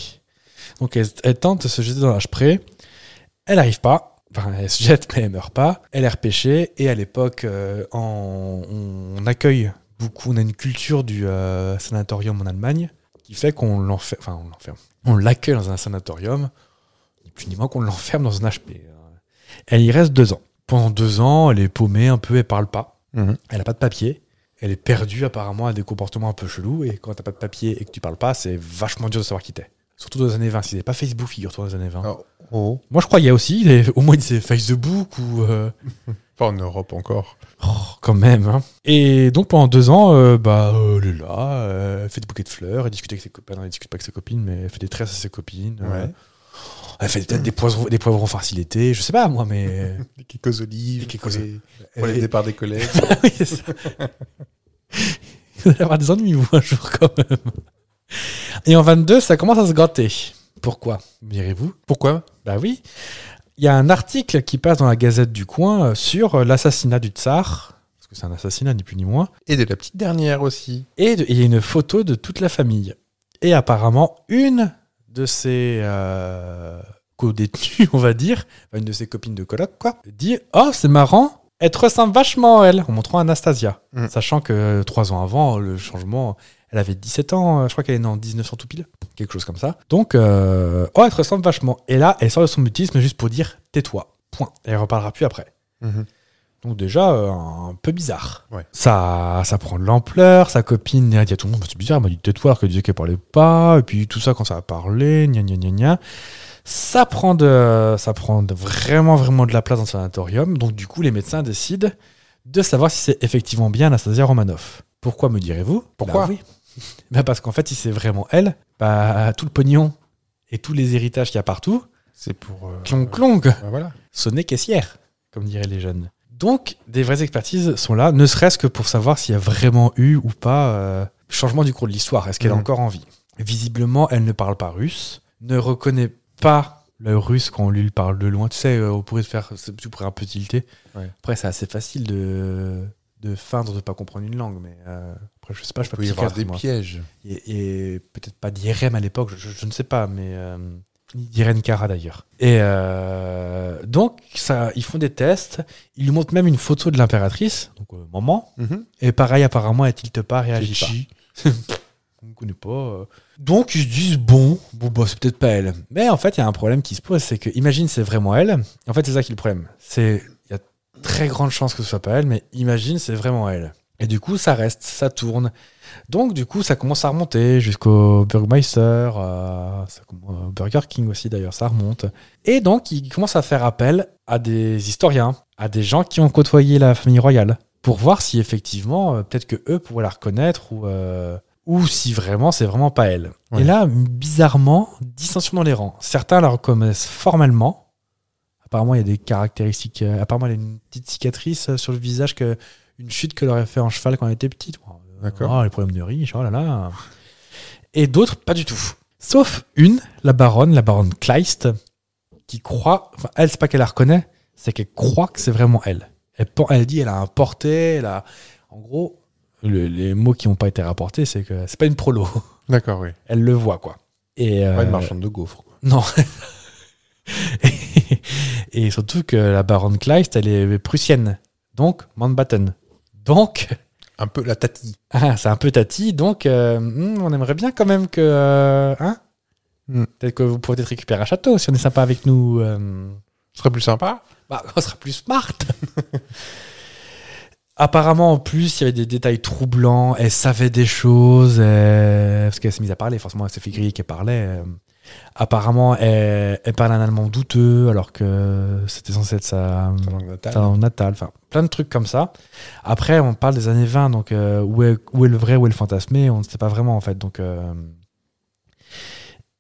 [SPEAKER 3] Donc elle, elle tente de se jeter dans Lâche-Pré. Elle n'arrive pas. Enfin, elle se jette, mais elle meurt pas. Elle est repêchée. Et à l'époque, euh, en- on, on accueille beaucoup. On a une culture du euh, sanatorium en Allemagne qui fait qu'on l'enferme. Enfin, on l'enferme. On l'accueille dans un sanatorium. Ni plus ni moins qu'on l'enferme dans un HP. Elle y reste deux ans. Pendant deux ans, elle est paumée un peu, elle parle pas.
[SPEAKER 1] Mhm.
[SPEAKER 3] Elle a pas de papier. Elle est perdue apparemment à des comportements un peu chelous. Et quand t'as pas de papier et que tu parles pas, c'est vachement dur de savoir qui t'es. Surtout dans les années 20. S'il n'y avait pas Facebook, figure-toi dans les années 20.
[SPEAKER 1] Ah, oh.
[SPEAKER 3] Moi, je crois qu'il y a aussi, des- au moins, c'est Facebook ou. euh,
[SPEAKER 1] Pas en Europe encore.
[SPEAKER 3] oh, quand même. hein. Et donc, pendant deux ans, euh, bah, euh, elle est là, euh, elle fait des bouquets de fleurs, elle discute avec ses copains. Non, elle discute pas avec ses copines, mais elle fait des tresses à ses copines. euh,
[SPEAKER 1] Ouais.
[SPEAKER 3] elle fait peut-être des poivrons, des poivrons farcis l'été, je sais pas, moi, mais.
[SPEAKER 1] Des quelques olives, des
[SPEAKER 3] Des quelques-
[SPEAKER 1] pour les
[SPEAKER 3] elle-
[SPEAKER 1] départs des collègues.
[SPEAKER 3] oui, c'est ça. Vous allez avoir des ennuis, vous, un jour, quand même. Et en 22, ça commence à se gâter. Pourquoi me Direz-vous
[SPEAKER 1] Pourquoi
[SPEAKER 3] Bah oui. Il y a un article qui passe dans la Gazette du coin euh, sur euh, l'assassinat du tsar, parce que c'est un assassinat, ni plus ni moins,
[SPEAKER 1] [laughs] Et de la petite dernière aussi.
[SPEAKER 3] et de- et il y a une photo de toute la famille. Et apparemment, une de ses euh, co-détenues, [laughs] on va dire, enfin, une de ses copines de coloc, quoi, dit Oh, c'est marrant, elle te ressemble vachement à elle, en montrant Anastasia.
[SPEAKER 1] Mm.
[SPEAKER 3] Sachant que euh, trois ans avant, le changement, elle avait 17 ans, euh, je crois qu'elle est née en 1900 tout pile, quelque chose comme ça. Donc, euh, Oh, elle te ressemble vachement. Et là, elle sort de son mutisme juste pour dire Tais-toi, point. Et elle reparlera plus après. Donc déjà, euh, un peu bizarre.
[SPEAKER 1] Ouais.
[SPEAKER 3] Ça, ça prend de l'ampleur, sa copine elle dit à tout le monde, Bah, c'est bizarre, elle m'a dit tais-toi alors qu'elle disait qu'elle parlait pas, et puis tout ça quand ça a parlé, gna gna gna gna. Ça prend, de, ça prend de vraiment vraiment de la place dans le sanatorium, donc du coup les médecins décident de savoir si c'est effectivement bien Anastasia Romanoff. Pourquoi me direz-vous
[SPEAKER 1] Pourquoi
[SPEAKER 3] Bah oui. [laughs] Bah, Parce qu'en fait, si c'est vraiment elle, bah, tout le pognon et tous les héritages qu'il y a partout,
[SPEAKER 1] C'est pour. euh,
[SPEAKER 3] clonk clonk
[SPEAKER 1] bah voilà.
[SPEAKER 3] sonner caissière, comme diraient les jeunes. Donc, des vraies expertises sont là, ne serait-ce que pour savoir s'il y a vraiment eu ou pas euh, changement du cours de l'histoire. Est-ce qu'elle
[SPEAKER 1] Mhm.
[SPEAKER 3] est encore en vie Visiblement, elle ne parle pas russe, ne reconnaît pas le russe quand on lui le parle de loin. Tu sais, euh, on pourrait se faire, c'est- tu pourrais un peu tilter.
[SPEAKER 1] Ouais.
[SPEAKER 3] Après, c'est assez facile de, de feindre de pas comprendre une langue, mais euh, après, je sais pas, je suis
[SPEAKER 1] Il
[SPEAKER 3] pas
[SPEAKER 1] peut y avoir
[SPEAKER 3] psychiatre,
[SPEAKER 1] des
[SPEAKER 3] moi.
[SPEAKER 1] pièges.
[SPEAKER 3] Et, et peut-être pas d'IRM à l'époque, je, je- je ne sais pas, mais euh, ni d'Irene Cara d'ailleurs. Et euh, donc, ça, ils font des tests, ils lui montrent même une photo de l'impératrice, donc euh, maman, et pareil, apparemment, elle tilte pas, réagit pas. [laughs] On ne connaît pas. euh. Donc, ils se disent, bon, bon bah, c'est peut-être pas elle. Mais en fait, il y a un problème qui se pose, c'est que, imagine, c'est vraiment elle. En fait, c'est ça qui est le problème. C'est, il y a très grande chance que ce soit pas elle, mais imagine, c'est vraiment elle. Et du coup, ça reste, ça tourne. Donc, du coup, ça commence à remonter jusqu'au Burgmeister, euh, ça commence- euh, Burger King aussi d'ailleurs, ça remonte. Et donc, ils commencent à faire appel à des historiens, à des gens qui ont côtoyé la famille royale, pour voir si effectivement, euh, peut-être que eux pourraient la reconnaître ou, euh, ou si vraiment c'est vraiment pas elle.
[SPEAKER 1] Ouais.
[SPEAKER 3] Et là, bizarrement, dissension dans les rangs. Certains la reconnaissent formellement. Apparemment, il y a des caractéristiques. euh, apparemment, elle a une petite cicatrice euh, sur le visage que une chute qu'elle aurait fait en cheval quand elle était petite. Oh,
[SPEAKER 1] D'accord.
[SPEAKER 3] oh, les problèmes de riche, oh là là. Et d'autres, pas du tout. Sauf une, la baronne, la baronne Kleist, qui croit, enfin, elle, c'est pas qu'elle la reconnaît, c'est qu'elle croit que c'est vraiment elle. Elle, pen- elle dit, elle a un porté, elle a. En gros, le- les mots qui n'ont pas été rapportés, c'est que c'est pas une prolo. [laughs]
[SPEAKER 1] D'accord, oui.
[SPEAKER 3] Elle le voit, quoi. Et,
[SPEAKER 1] Pas
[SPEAKER 3] euh,
[SPEAKER 1] une marchande de gaufres. quoi.
[SPEAKER 3] [laughs] non. et surtout que la baronne Kleist, elle est prussienne. Donc, Mountbatten. Donc, [laughs]
[SPEAKER 1] Un peu la tati.
[SPEAKER 3] ah, c'est un peu tati. Donc, euh, hmm, on aimerait bien quand même que. euh, hein
[SPEAKER 1] Hmm.
[SPEAKER 3] Peut-être que vous pourrez peut-être récupérer un château si on est sympa avec nous. euh,
[SPEAKER 1] Ce serait plus sympa.
[SPEAKER 3] bah, on sera plus smart. [laughs] Apparemment, en plus, il y avait des détails troublants. Elle savait des choses. euh, Parce qu'elle s'est mise à parler. Forcément, elle s'est fait griller qu'elle parlait. euh. Apparemment, elle, elle parlait un allemand douteux, alors que c'était censé être sa,
[SPEAKER 1] Sa langue natale.
[SPEAKER 3] sa langue natale. Enfin, plein de trucs comme ça. Après, on parle des années 20. Donc, euh, où, est, où est le vrai, où est le fantasmé On ne sait pas vraiment, en fait. Donc. euh,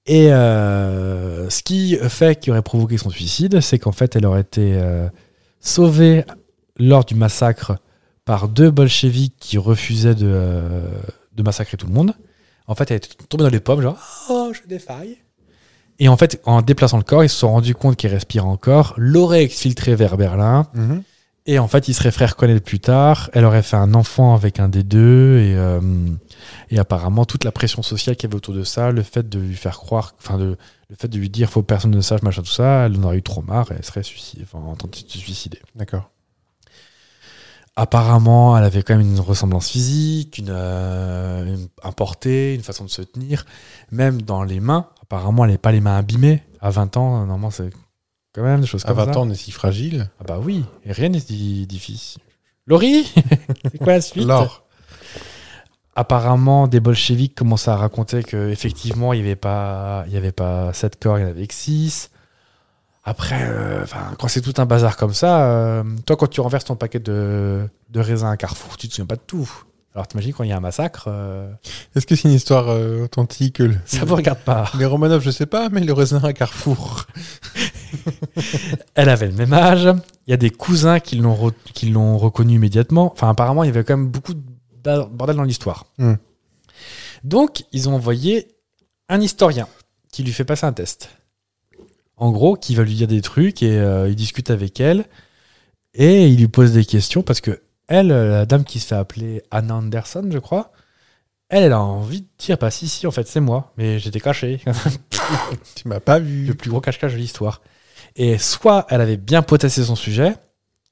[SPEAKER 3] et euh, ce qui fait qu'il aurait provoqué son suicide, c'est qu'en fait, elle aurait été euh, sauvée lors du massacre par deux bolcheviks qui refusaient de, euh, de massacrer tout le monde. En fait, elle était tombée dans les pommes, genre Oh, je défaille. Et en fait, en déplaçant le corps, ils se sont rendus compte qu'il respirait encore, l'aurait exfiltré vers Berlin, Et en fait, ils seraient frères connaître plus tard. Elle aurait fait un enfant avec un des deux. Et, euh, et apparemment, toute la pression sociale qu'il y avait autour de ça, le fait de lui faire croire, enfin, de- le fait de lui dire faut que personne ne sache, machin, tout ça, elle en aurait eu trop marre et elle serait suicidée, enfin, en train de se suicider.
[SPEAKER 1] D'accord.
[SPEAKER 3] Apparemment, elle avait quand même une ressemblance physique, une, euh, une- un porté, une façon de se tenir. Même dans les mains, apparemment, elle n'est pas les mains abîmées. À 20 ans, normalement, c'est quand même des choses
[SPEAKER 1] À
[SPEAKER 3] comme ça.
[SPEAKER 1] 20 ans, on est si fragile.
[SPEAKER 3] Ah bah oui, et rien n'est di- difficile. Laurie [laughs] C'est quoi la suite
[SPEAKER 1] Laure.
[SPEAKER 3] Apparemment, des bolcheviks commençaient à raconter qu'effectivement, il n'y avait, pas- il y avait pas 7 corps, il y en avait que 6. Après, euh, enfin, quand c'est tout un bazar comme ça, euh, toi, quand tu renverses ton paquet de, de raisins à Carrefour, tu te souviens pas de tout. Alors t'imagines quand il y a un massacre, euh, [laughs]
[SPEAKER 1] Est-ce que c'est une histoire euh, authentique le-
[SPEAKER 3] ça vous regarde pas.
[SPEAKER 1] Les Romanov, je sais pas, mais le raisin à Carrefour.
[SPEAKER 3] Elle avait le même âge. Il y a des cousins qui l'ont re- qui l'ont reconnu immédiatement. Enfin, apparemment, il y avait quand même beaucoup de ba- bordel dans l'histoire.
[SPEAKER 1] Hmm.
[SPEAKER 3] Donc, ils ont envoyé un historien qui lui fait passer un test. En gros, qui va lui dire des trucs et euh, il discute avec elle et il lui pose des questions parce que elle, euh, la dame qui se fait appeler Anna Anderson, je crois, elle, elle a envie de dire bah si si en fait c'est moi, mais j'étais caché. [laughs]
[SPEAKER 1] Tu m'as pas
[SPEAKER 3] le
[SPEAKER 1] vu.
[SPEAKER 3] plus gros cache-cache de l'histoire. Et soit elle avait bien potassé son sujet,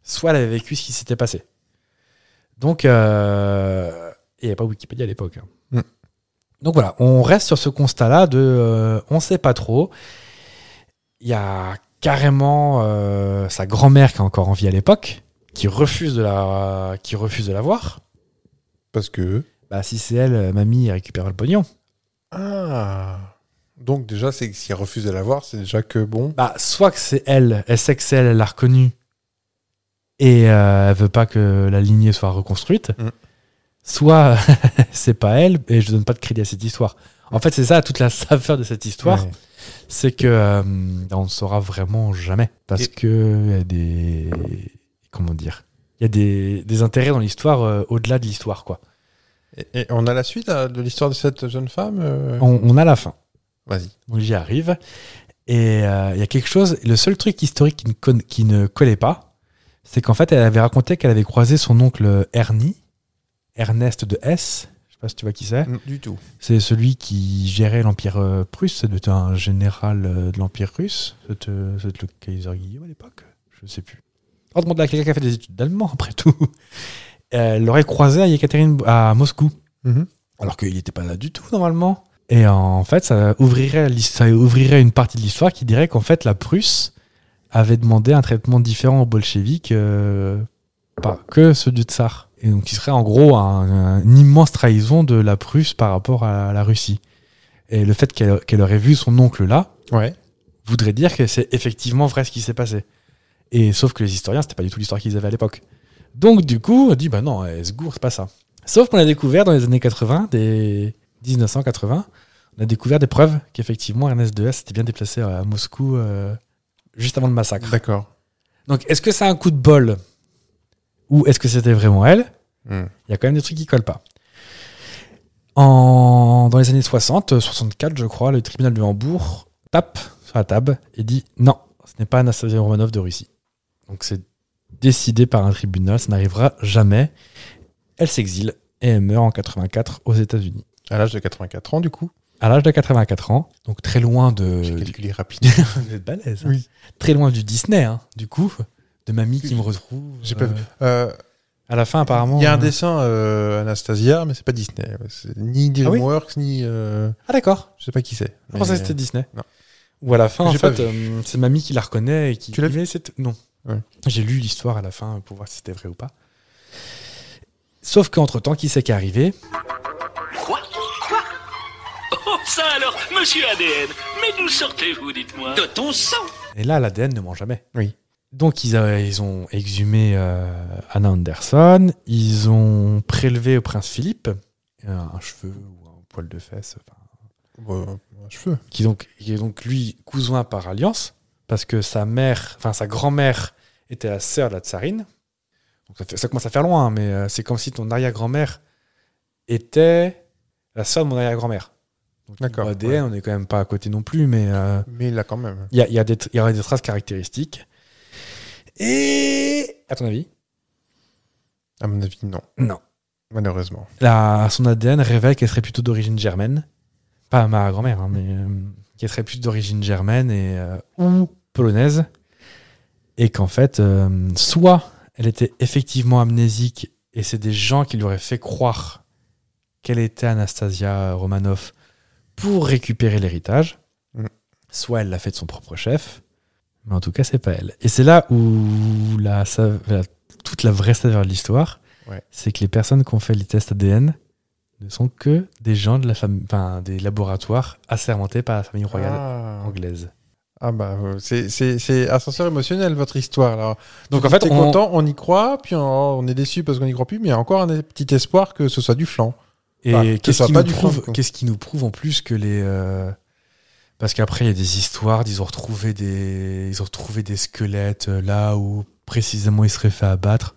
[SPEAKER 3] soit elle avait vécu ce qui s'était passé. Donc, euh, et il n'y avait pas Wikipédia à l'époque. hein.
[SPEAKER 1] Mm.
[SPEAKER 3] Donc voilà, on reste sur ce constat-là de euh, on sait pas trop. Il y a carrément euh, sa grand-mère qui est encore en vie à l'époque, qui refuse de la, qui refuse de la voir.
[SPEAKER 1] Parce que.
[SPEAKER 3] Bah, si c'est elle, euh, mamie elle récupère le pognon.
[SPEAKER 1] Ah. Donc, déjà, c'est que s'il refuse de la voir, c'est déjà que bon.
[SPEAKER 3] Bah, soit que c'est elle, elle sait que c'est elle, elle l'a reconnue, et euh, elle veut pas que la lignée soit reconstruite,
[SPEAKER 1] Mm.
[SPEAKER 3] soit [laughs] c'est pas elle, et je donne pas de crédit à cette histoire. En fait, c'est ça toute la [laughs] saveur de cette histoire,
[SPEAKER 1] Ouais.
[SPEAKER 3] c'est que euh, on ne saura vraiment jamais, parce
[SPEAKER 1] Et-
[SPEAKER 3] que il y a des comment dire, il y a des, des intérêts dans l'histoire euh, au-delà de l'histoire quoi.
[SPEAKER 1] Et, et on a la suite là, de l'histoire de cette jeune femme euh,
[SPEAKER 3] On, on a la fin.
[SPEAKER 1] Vas-y.
[SPEAKER 3] Donc j'y arrive. Et euh, il y a quelque chose, le seul truc historique qui ne, con- qui ne collait pas, c'est qu'en fait, elle avait raconté qu'elle avait croisé son oncle Ernie, Ernest de S. Je sais pas si tu vois qui c'est.
[SPEAKER 1] Du tout.
[SPEAKER 3] C'est celui qui gérait l'Empire euh, prusse. Ça doit être un général euh, de l'Empire russe. Ça doit être, euh, ça doit être le Kaiser Guillaume à l'époque. Je sais plus. On demande à quelqu'un qui a fait des études d'allemand, après tout. [laughs] Elle l'aurait croisé à Yekaterine, à Moscou.
[SPEAKER 1] Mhm.
[SPEAKER 3] Alors qu'il n'était pas là du tout, normalement. Et en fait, ça ouvrirait, l'his- ça ouvrirait une partie de l'histoire qui dirait qu'en fait, la Prusse avait demandé un traitement différent aux bolcheviks euh, par- que ceux du tsar. Et donc, qui serait en gros un, un immense trahison de la Prusse par rapport à la Russie. Et le fait qu'elle qu'elle aurait vu son oncle là
[SPEAKER 1] Ouais.
[SPEAKER 3] voudrait dire que c'est effectivement vrai ce qui s'est passé. Et sauf que les historiens, c'était pas du tout l'histoire qu'ils avaient à l'époque. Donc, du coup, on dit, bah non, eh, Sgour, c'est pas ça. Sauf qu'on a découvert dans les années 80, des 1980, on a découvert des preuves qu'effectivement Ernest de Hesse s'était bien déplacé à Moscou euh, juste avant le massacre.
[SPEAKER 1] D'accord.
[SPEAKER 3] Donc, est-ce que c'est un coup de bol ou est-ce que c'était vraiment elle
[SPEAKER 1] Hmm.
[SPEAKER 3] il y a quand même des trucs qui collent pas. En, dans les années 60, euh, 64, je crois, le tribunal de Hambourg tape sur la table et dit non, ce n'est pas Anastasia Romanov de Russie. Donc c'est décidé par un tribunal, ça n'arrivera jamais. Elle s'exile et elle meurt en 84 aux États-Unis,
[SPEAKER 1] À l'âge de 84 ans, du coup.
[SPEAKER 3] à l'âge de 84 ans, donc très loin de.
[SPEAKER 1] J'ai
[SPEAKER 3] du-
[SPEAKER 1] calculé rapidement. [laughs]
[SPEAKER 3] Vous êtes balèze, hein.
[SPEAKER 1] Oui.
[SPEAKER 3] Très loin du Disney, hein, du coup, de mamie qui me retrouve.
[SPEAKER 1] J'ai pas
[SPEAKER 3] euh,
[SPEAKER 1] vu. Euh,
[SPEAKER 3] à la fin, apparemment.
[SPEAKER 1] Il y a un
[SPEAKER 3] euh,
[SPEAKER 1] dessin euh, Anastasia, mais c'est pas Disney. C'est ni DreamWorks, ni. euh,
[SPEAKER 3] Ah d'accord.
[SPEAKER 1] Ah je sais pas qui c'est.
[SPEAKER 3] Je pensais
[SPEAKER 1] Mais-
[SPEAKER 3] que
[SPEAKER 1] euh,
[SPEAKER 3] c'était Disney.
[SPEAKER 1] Non.
[SPEAKER 3] Ou à la fin, en
[SPEAKER 1] J'ai pas
[SPEAKER 3] fait, euh, c'est mamie qui la reconnaît et qui.
[SPEAKER 1] Tu l'as
[SPEAKER 3] Mais c'est- Non.
[SPEAKER 1] Ouais.
[SPEAKER 3] J'ai lu l'histoire à la fin pour voir si c'était vrai ou pas. Sauf qu'entre temps, qui c'est qui est arrivé
[SPEAKER 6] Quoi Quoi Oh, ça alors, monsieur ADN, mais d'où sortez-vous, dites-moi De ton sang
[SPEAKER 3] Et là, l'ADN ne ment jamais.
[SPEAKER 1] Oui.
[SPEAKER 3] Donc, ils, euh, ils ont exhumé euh, Anna Anderson, ils ont prélevé au prince Philippe euh, un cheveu ou un poil de fesse, enfin,
[SPEAKER 1] Euh, un cheveu.
[SPEAKER 3] qui, donc, qui est donc lui cousin par alliance, parce que sa mère, enfin sa grand-mère était la sœur de la tsarine. Donc ça, fait- ça commence à faire loin, hein, mais euh, c'est comme si ton arrière-grand-mère était la sœur de mon arrière-grand-mère. Donc,
[SPEAKER 1] D'accord,
[SPEAKER 3] niveau ADN, on n'est quand même pas à côté non plus, mais euh,
[SPEAKER 1] Mais là, quand même.
[SPEAKER 3] il y, a- il y, a des tr- il y aurait des traces caractéristiques. Et à ton avis,
[SPEAKER 1] À mon avis, non.
[SPEAKER 3] Non.
[SPEAKER 1] Malheureusement.
[SPEAKER 3] La- son ADN révèle qu'elle serait plutôt d'origine germaine. Pas ma grand-mère, hein, mais euh, qu'elle serait plus d'origine germaine et, euh, ou polonaise. Et qu'en fait, euh, soit elle était effectivement amnésique et c'est des gens qui lui auraient fait croire qu'elle était Anastasia Romanoff pour récupérer l'héritage.
[SPEAKER 1] Mm.
[SPEAKER 3] Soit elle l'a fait de son propre chef. Mais en tout cas, c'est pas elle. Et c'est là où la, sa- la- toute la vraie saveur de l'histoire, c'est que les personnes qui ont fait les tests ADN ne sont que des gens de la fam- enfin, des laboratoires assermentés par la famille royale
[SPEAKER 1] Ah,
[SPEAKER 3] anglaise.
[SPEAKER 1] Ah bah, euh, c'est- c'est c'est ascenseur émotionnel, votre histoire. Là.
[SPEAKER 3] Donc en fait,
[SPEAKER 1] T'es
[SPEAKER 3] on,
[SPEAKER 1] content, on y croit, puis on, on est déçu parce qu'on y croit plus, mais il y a encore un petit espoir que ce soit du flan.
[SPEAKER 3] et
[SPEAKER 1] Enfin, que
[SPEAKER 3] qu'est-ce
[SPEAKER 1] ça
[SPEAKER 3] qui
[SPEAKER 1] va
[SPEAKER 3] nous
[SPEAKER 1] pas du
[SPEAKER 3] prouve
[SPEAKER 1] flanc, quoi.
[SPEAKER 3] Qu'est-ce qui nous prouve en plus que les euh, parce qu'après il y a des histoires, ils ont retrouvé des ils ont retrouvé des squelettes euh, là où précisément ils seraient fait abattre.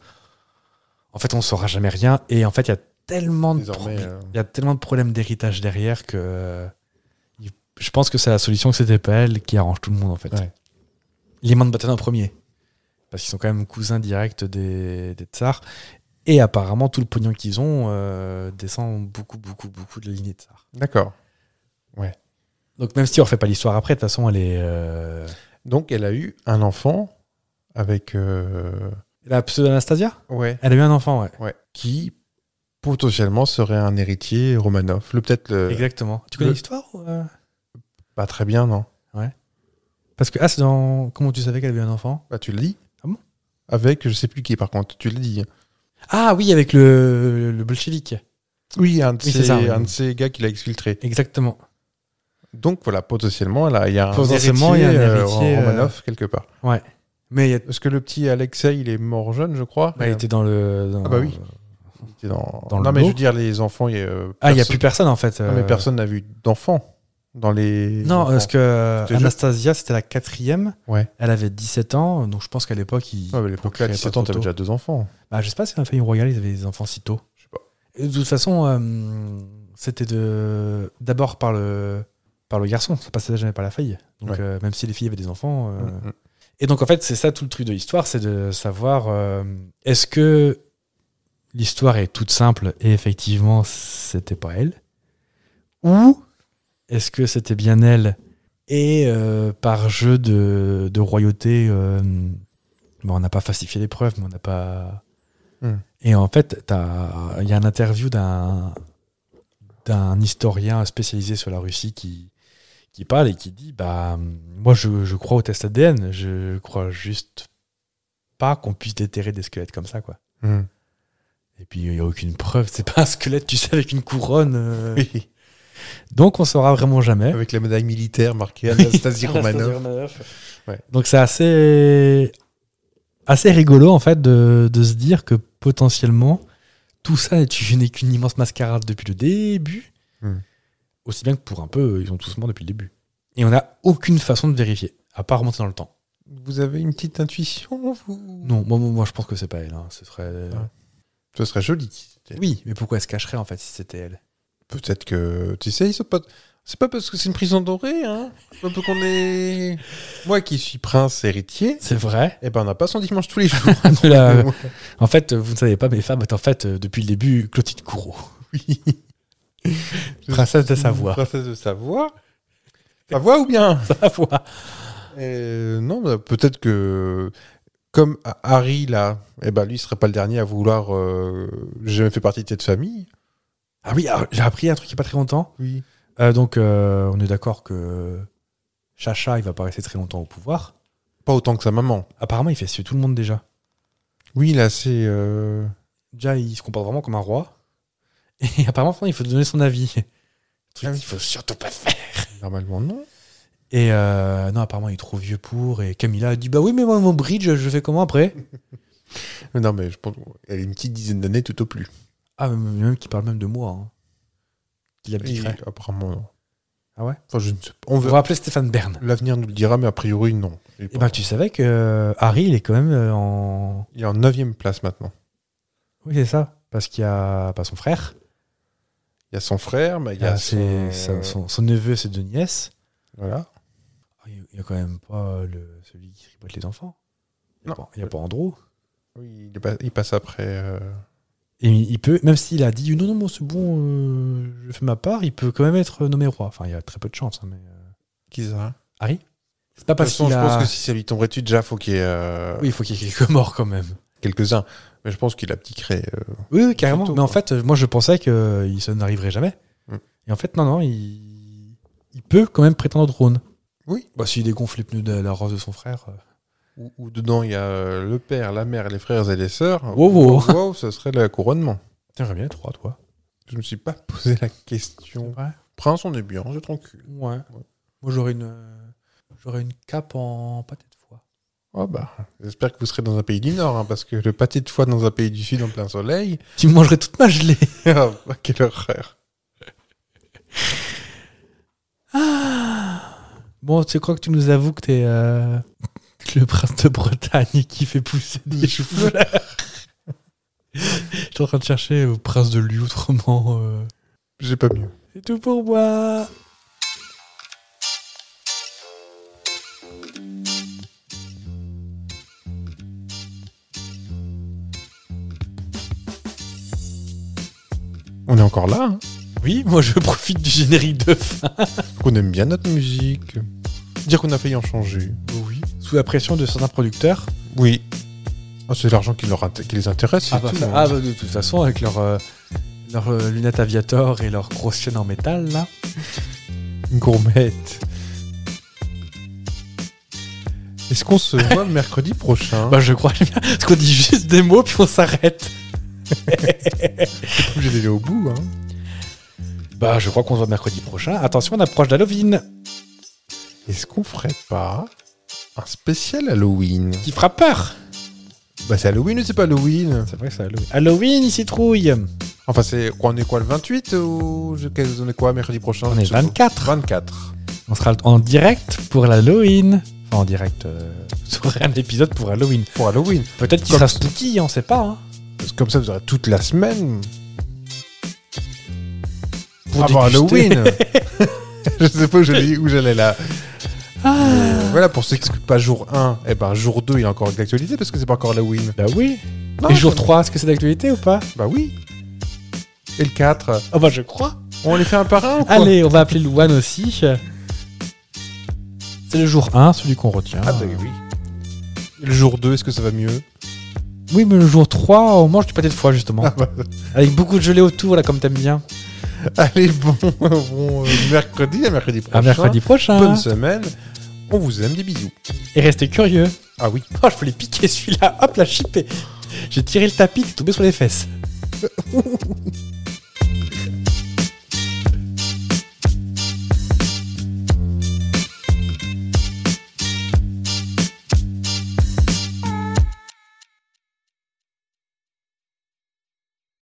[SPEAKER 3] En fait, on saura jamais rien et en fait, il y a tellement de
[SPEAKER 1] Désormais,
[SPEAKER 3] problèmes.
[SPEAKER 1] euh,
[SPEAKER 3] Il y a tellement de problèmes d'héritage derrière que euh, il- je pense que c'est la solution que c'était pas elle qui arrange tout le monde en fait.
[SPEAKER 1] Ouais.
[SPEAKER 3] Les mains de Bataille en premier. Parce qu'ils sont quand même cousins directs des, des tsars. Et apparemment, tout le pognon qu'ils ont euh, descend beaucoup, beaucoup, beaucoup de la lignée de tsars.
[SPEAKER 1] D'accord.
[SPEAKER 3] Donc même si on refait pas l'histoire après, de toute façon, elle est... euh,
[SPEAKER 1] Donc, elle a eu un enfant avec. euh,
[SPEAKER 3] La pseudo-Anastasia
[SPEAKER 1] Ouais.
[SPEAKER 3] Elle a eu un enfant, ouais.
[SPEAKER 1] Ouais. Qui potentiellement serait un héritier Romanov. Le peut-être le.
[SPEAKER 3] Exactement. Tu connais
[SPEAKER 1] Euh, le-
[SPEAKER 3] l'histoire ou, euh
[SPEAKER 1] Pas très bien, non
[SPEAKER 3] Parce que, ah, c'est dans... Comment tu savais qu'elle avait eu un enfant
[SPEAKER 1] Bah, tu le dis.
[SPEAKER 3] Ah bon
[SPEAKER 1] Avec, je sais plus qui, par contre, tu le hein. dis.
[SPEAKER 3] Ah oui, avec le, le bolchevique.
[SPEAKER 1] Oui, un de,
[SPEAKER 3] Oui, c'est
[SPEAKER 1] ces,
[SPEAKER 3] ça, oui.
[SPEAKER 1] un de ces gars qui l'a exfiltré.
[SPEAKER 3] Exactement.
[SPEAKER 1] Donc voilà, potentiellement, là, il y a un
[SPEAKER 3] Potentiellement,
[SPEAKER 1] potentiellement,
[SPEAKER 3] il y a un héritier, euh,
[SPEAKER 1] Romanov quelque part.
[SPEAKER 3] Ouais. Mais il y a
[SPEAKER 1] Parce que le petit Alexei, il est mort jeune, je crois.
[SPEAKER 3] Bah, il était dans le. dans-
[SPEAKER 1] Ah bah oui. Il était dans...
[SPEAKER 3] dans
[SPEAKER 1] non,
[SPEAKER 3] le
[SPEAKER 1] mais je
[SPEAKER 3] lot.
[SPEAKER 1] veux dire, les enfants, il y a, euh,
[SPEAKER 3] Ah, il n'y a
[SPEAKER 1] personne-
[SPEAKER 3] plus personne en fait.
[SPEAKER 1] Non, mais
[SPEAKER 3] euh,
[SPEAKER 1] personne n'a vu d'enfant dans les.
[SPEAKER 3] Non,
[SPEAKER 1] enfants.
[SPEAKER 3] parce que euh,
[SPEAKER 1] C'était
[SPEAKER 3] Anastasia, c'était la quatrième.
[SPEAKER 1] Ouais.
[SPEAKER 3] Elle avait 17 ans, donc je pense qu'à l'époque, ils.
[SPEAKER 1] Ouais, mais à l'époque, à
[SPEAKER 3] procréaient
[SPEAKER 1] 17
[SPEAKER 3] pas
[SPEAKER 1] ans,
[SPEAKER 3] trop
[SPEAKER 1] t'avais
[SPEAKER 3] tôt.
[SPEAKER 1] déjà deux
[SPEAKER 3] [laughs]
[SPEAKER 1] enfants.
[SPEAKER 3] Bah, je sais pas si dans la famille royale, ils avaient des enfants si tôt.
[SPEAKER 1] Je sais pas.
[SPEAKER 3] Et de toute façon, euh, c'était de. D'abord par le. Par le garçon, ça passait jamais par la fille. Donc,
[SPEAKER 1] Ouais.
[SPEAKER 3] euh, même si les filles avaient des enfants. euh,
[SPEAKER 1] Mm, mm.
[SPEAKER 3] Et donc, en fait, c'est ça tout le truc de l'histoire, c'est de savoir euh, est-ce que l'histoire est toute simple et effectivement, c'était pas elle Ou est-ce que c'était bien elle et euh, par jeu de, de royauté, euh, bon, on n'a pas falsifié les preuves, mais on n'a pas.
[SPEAKER 1] Hmm.
[SPEAKER 3] Et en fait, t'as- il y a une interview d'un d'un historien spécialisé sur la Russie qui, qui parle et qui dit bah moi je, je crois au test ADN, je crois juste pas qu'on puisse déterrer des squelettes comme ça quoi.
[SPEAKER 1] Mm.
[SPEAKER 3] Et puis il n'y a aucune preuve, c'est pas un squelette tu sais avec une couronne. euh. Donc on saura vraiment jamais.
[SPEAKER 1] Avec la médaille militaire marquée Anastasie Romanov. Ouais.
[SPEAKER 3] Donc c'est assez assez rigolo en fait de, de se dire que potentiellement tout ça n'est- n'est qu'une immense mascarade depuis le début.
[SPEAKER 1] Hmm.
[SPEAKER 3] Aussi bien que pour un peu ils sont tous morts depuis le début. Et on n'a aucune façon de vérifier à part remonter dans le temps.
[SPEAKER 1] Vous avez une petite intuition, vous
[SPEAKER 3] Non, moi, moi, moi, je pense que c'est pas elle. hein. Ce serait.
[SPEAKER 1] Ah. Ce serait joli.
[SPEAKER 3] Oui, mais pourquoi elle se cacherait en fait si c'était elle
[SPEAKER 1] Peut-être que. Tu sais, ils sont pas. C'est pas parce que c'est une prison dorée, hein. C'est pas parce qu'on est. Moi qui suis prince héritier,
[SPEAKER 3] C'est [laughs] vrai.
[SPEAKER 1] eh ben on n'a pas son dimanche tous les jours. [laughs]
[SPEAKER 3] Là, euh, en fait, vous ne savez pas, mais Fab est en fait euh, depuis le début Clotilde Courreau.
[SPEAKER 1] oui.
[SPEAKER 3] Princesse de Savoie.
[SPEAKER 1] Princesse de Savoie. Savoie ou bien
[SPEAKER 3] [laughs] Savoie.
[SPEAKER 1] Euh, non, bah, peut-être que comme Ha- Harry là, eh ben lui il serait pas le dernier à vouloir. euh, J'ai jamais fait partie de cette famille.
[SPEAKER 3] Ah oui, alors, j'ai appris un truc il n'y a pas très longtemps.
[SPEAKER 1] Oui.
[SPEAKER 3] Euh, donc, euh, on est d'accord que Chacha, il va pas rester très longtemps au pouvoir.
[SPEAKER 1] Pas autant que sa maman.
[SPEAKER 3] Apparemment, il fait suer tout le monde déjà.
[SPEAKER 1] Oui, là c'est. euh,
[SPEAKER 3] Déjà, il se comporte vraiment comme un roi. [laughs] Et apparemment, il faut donner son avis.
[SPEAKER 1] Ah oui.
[SPEAKER 3] Il faut surtout pas faire.
[SPEAKER 1] Normalement non.
[SPEAKER 3] Et euh, non, apparemment, il est trop vieux pour. Et Camilla a dit Bah oui, mais moi, mon bridge, je fais comment après
[SPEAKER 1] Mais Non, mais je pense qu'elle a une petite dizaine d'années tout au plus.
[SPEAKER 3] Ah, mais même qui parle même de moi. Hein. Qu'il abdiquerait.
[SPEAKER 1] Et apparemment non.
[SPEAKER 3] Ah ouais
[SPEAKER 1] Enfin, je ne sais pas. On
[SPEAKER 3] On
[SPEAKER 1] verra.
[SPEAKER 3] va appeler Stéphane Bern.
[SPEAKER 1] L'avenir nous le dira, mais a priori non. Il est,
[SPEAKER 3] Et
[SPEAKER 1] pas-
[SPEAKER 3] ben, tu savais que euh, Harry, il est quand même euh, en.
[SPEAKER 1] il est en neuvième place maintenant.
[SPEAKER 3] Oui, c'est ça. Parce qu'il y a pas son frère. euh,
[SPEAKER 1] Il y a son frère, mais il y
[SPEAKER 3] Il y
[SPEAKER 1] a
[SPEAKER 3] a ses-
[SPEAKER 1] Ah, son-
[SPEAKER 3] sa- son, son neveu et ses deux nièces.
[SPEAKER 1] Voilà.
[SPEAKER 3] Ah, Il n'y a quand même pas le, celui qui tripote les enfants. Il n'y a,
[SPEAKER 1] Non.
[SPEAKER 3] pas- il y a pas Andrew.
[SPEAKER 1] Oui, il, est pas- il passe après. euh,
[SPEAKER 3] Et il peut, même s'il a dit non, non, bon, c'est bon, euh, je fais ma part, il peut quand même être nommé roi. Enfin, il y a très peu de chance. hein, mais euh,
[SPEAKER 1] Qui ça
[SPEAKER 3] Harry C'est pas
[SPEAKER 1] De toute
[SPEAKER 3] parce
[SPEAKER 1] façon,
[SPEAKER 3] qu'il
[SPEAKER 1] je
[SPEAKER 3] a.
[SPEAKER 1] pense que si ça lui tomberait dessus, déjà, faut qu'il y ait euh,
[SPEAKER 3] Oui, il faut qu'il y ait quelques morts quand même.
[SPEAKER 1] quelques-uns. Mais je pense qu'il abdiquerait. euh,
[SPEAKER 3] Oui, oui, carrément.
[SPEAKER 1] Surtout,
[SPEAKER 3] mais en
[SPEAKER 1] quoi.
[SPEAKER 3] fait, euh, moi, je pensais que euh, il- ça n'arriverait jamais.
[SPEAKER 1] Mm.
[SPEAKER 3] Et en fait, non, non, il, il peut quand même prétendre au trône.
[SPEAKER 1] Oui.
[SPEAKER 3] Bah, s'il dégonfle les pneus de la rose de son frère. euh.
[SPEAKER 1] Où, où dedans, il y a euh, le père, la mère, les frères et les sœurs.
[SPEAKER 3] Wow, wow.
[SPEAKER 1] Wow, ce serait le couronnement.
[SPEAKER 3] Tiens, j'aimerais bien être roi, toi.
[SPEAKER 1] Je me suis pas posé la question.
[SPEAKER 3] Ouais.
[SPEAKER 1] Prince, on est bien, je tranquille.
[SPEAKER 3] Ouais. Moi, j'aurais une, euh, j'aurais une cape en pâté de foie.
[SPEAKER 1] Oh bah, j'espère que vous serez dans un pays du Nord, hein, parce que le pâté de foie dans un pays du Sud en plein soleil,
[SPEAKER 3] [laughs]
[SPEAKER 1] [laughs]
[SPEAKER 3] Tu me mangerais toute ma gelée.
[SPEAKER 1] Ah, bah, quelle horreur.
[SPEAKER 3] Ah Bon, tu crois que tu nous avoues que t'es euh, que le prince de Bretagne qui fait pousser des [laughs] choux-fleurs. Je suis en train de chercher le prince de lui autrement. euh.
[SPEAKER 1] J'ai pas mieux.
[SPEAKER 3] C'est tout pour moi.
[SPEAKER 1] On est encore là, hein.
[SPEAKER 3] Oui, moi je profite du générique de fin.
[SPEAKER 1] qu'on aime bien notre musique. Dire qu'on a failli en changer.
[SPEAKER 3] Oui. Sous la pression de certains producteurs.
[SPEAKER 1] Oui. Ah, c'est l'argent qui, leur int- qui les intéresse, c'est
[SPEAKER 3] Ah bah,
[SPEAKER 1] tout,
[SPEAKER 3] ça-
[SPEAKER 1] hein.
[SPEAKER 3] ah bah, de toute façon, avec leurs euh, leurs, euh, lunettes aviator et leurs grosses chaînes en métal là. bah.
[SPEAKER 1] Une gourmette. Est-ce qu'on se
[SPEAKER 3] [laughs]
[SPEAKER 1] voit mercredi prochain
[SPEAKER 3] Bah je crois [laughs] bien. Parce qu'on dit juste des mots puis on s'arrête.
[SPEAKER 1] J'ai d'aller au bout, hein.
[SPEAKER 3] Bah je crois qu'on se voit mercredi prochain. Attention, on approche d'Halloween.
[SPEAKER 1] Est-ce qu'on ferait pas un spécial Halloween
[SPEAKER 3] Qui fera peur.
[SPEAKER 1] Bah c'est Halloween ou c'est pas Halloween
[SPEAKER 3] C'est vrai que c'est Halloween. Halloween, il citrouille.
[SPEAKER 1] Enfin c'est quoi on est quoi le 28 ou je- qu'est-ce- on est quoi mercredi prochain
[SPEAKER 3] On
[SPEAKER 1] je
[SPEAKER 3] est
[SPEAKER 1] sais pas.
[SPEAKER 3] 24.
[SPEAKER 1] 24.
[SPEAKER 3] On sera en direct pour l'Halloween. Enfin, en direct. euh, [laughs] sur un épisode pour Halloween.
[SPEAKER 1] Pour Halloween.
[SPEAKER 3] Peut-être qu'il
[SPEAKER 1] Comme-
[SPEAKER 3] sera spooky, on sait pas. hein.
[SPEAKER 1] Parce que comme ça vous aurez toute la semaine
[SPEAKER 3] Pour
[SPEAKER 1] avant
[SPEAKER 3] déguster.
[SPEAKER 1] Halloween. [laughs] je sais pas où j'allais, où j'allais là. Mais voilà pour ceux qui n'écoutent pas jour 1, et ben jour 2 il y a encore de l'actualité parce que c'est pas encore Halloween.
[SPEAKER 3] Bah oui.
[SPEAKER 1] Non,
[SPEAKER 3] et jour
[SPEAKER 1] c'est-
[SPEAKER 3] 3, est-ce que c'est d'actualité ou pas
[SPEAKER 1] Bah oui. Et le 4,
[SPEAKER 3] Ah bah je crois.
[SPEAKER 1] on les fait un par un ou quoi
[SPEAKER 3] Allez, on va appeler Louane aussi. C'est le jour 1, celui qu'on retient.
[SPEAKER 1] Ah bah oui. Et le jour 2, est-ce que ça va mieux
[SPEAKER 3] Oui, mais le jour 3, on mange du pâté de foie justement. Avec beaucoup de gelée autour, là, comme t'aimes bien.
[SPEAKER 1] [laughs] Allez, bon, bon euh, mercredi, à mercredi prochain.
[SPEAKER 3] À Ah, mercredi prochain.
[SPEAKER 1] Bonne semaine. On vous aime, des bisous.
[SPEAKER 3] Et restez curieux. [laughs]
[SPEAKER 1] Ah oui.
[SPEAKER 3] Oh, je voulais piquer celui-là. Hop, la chipper. J'ai tiré le tapis, t'es tombé sur les fesses.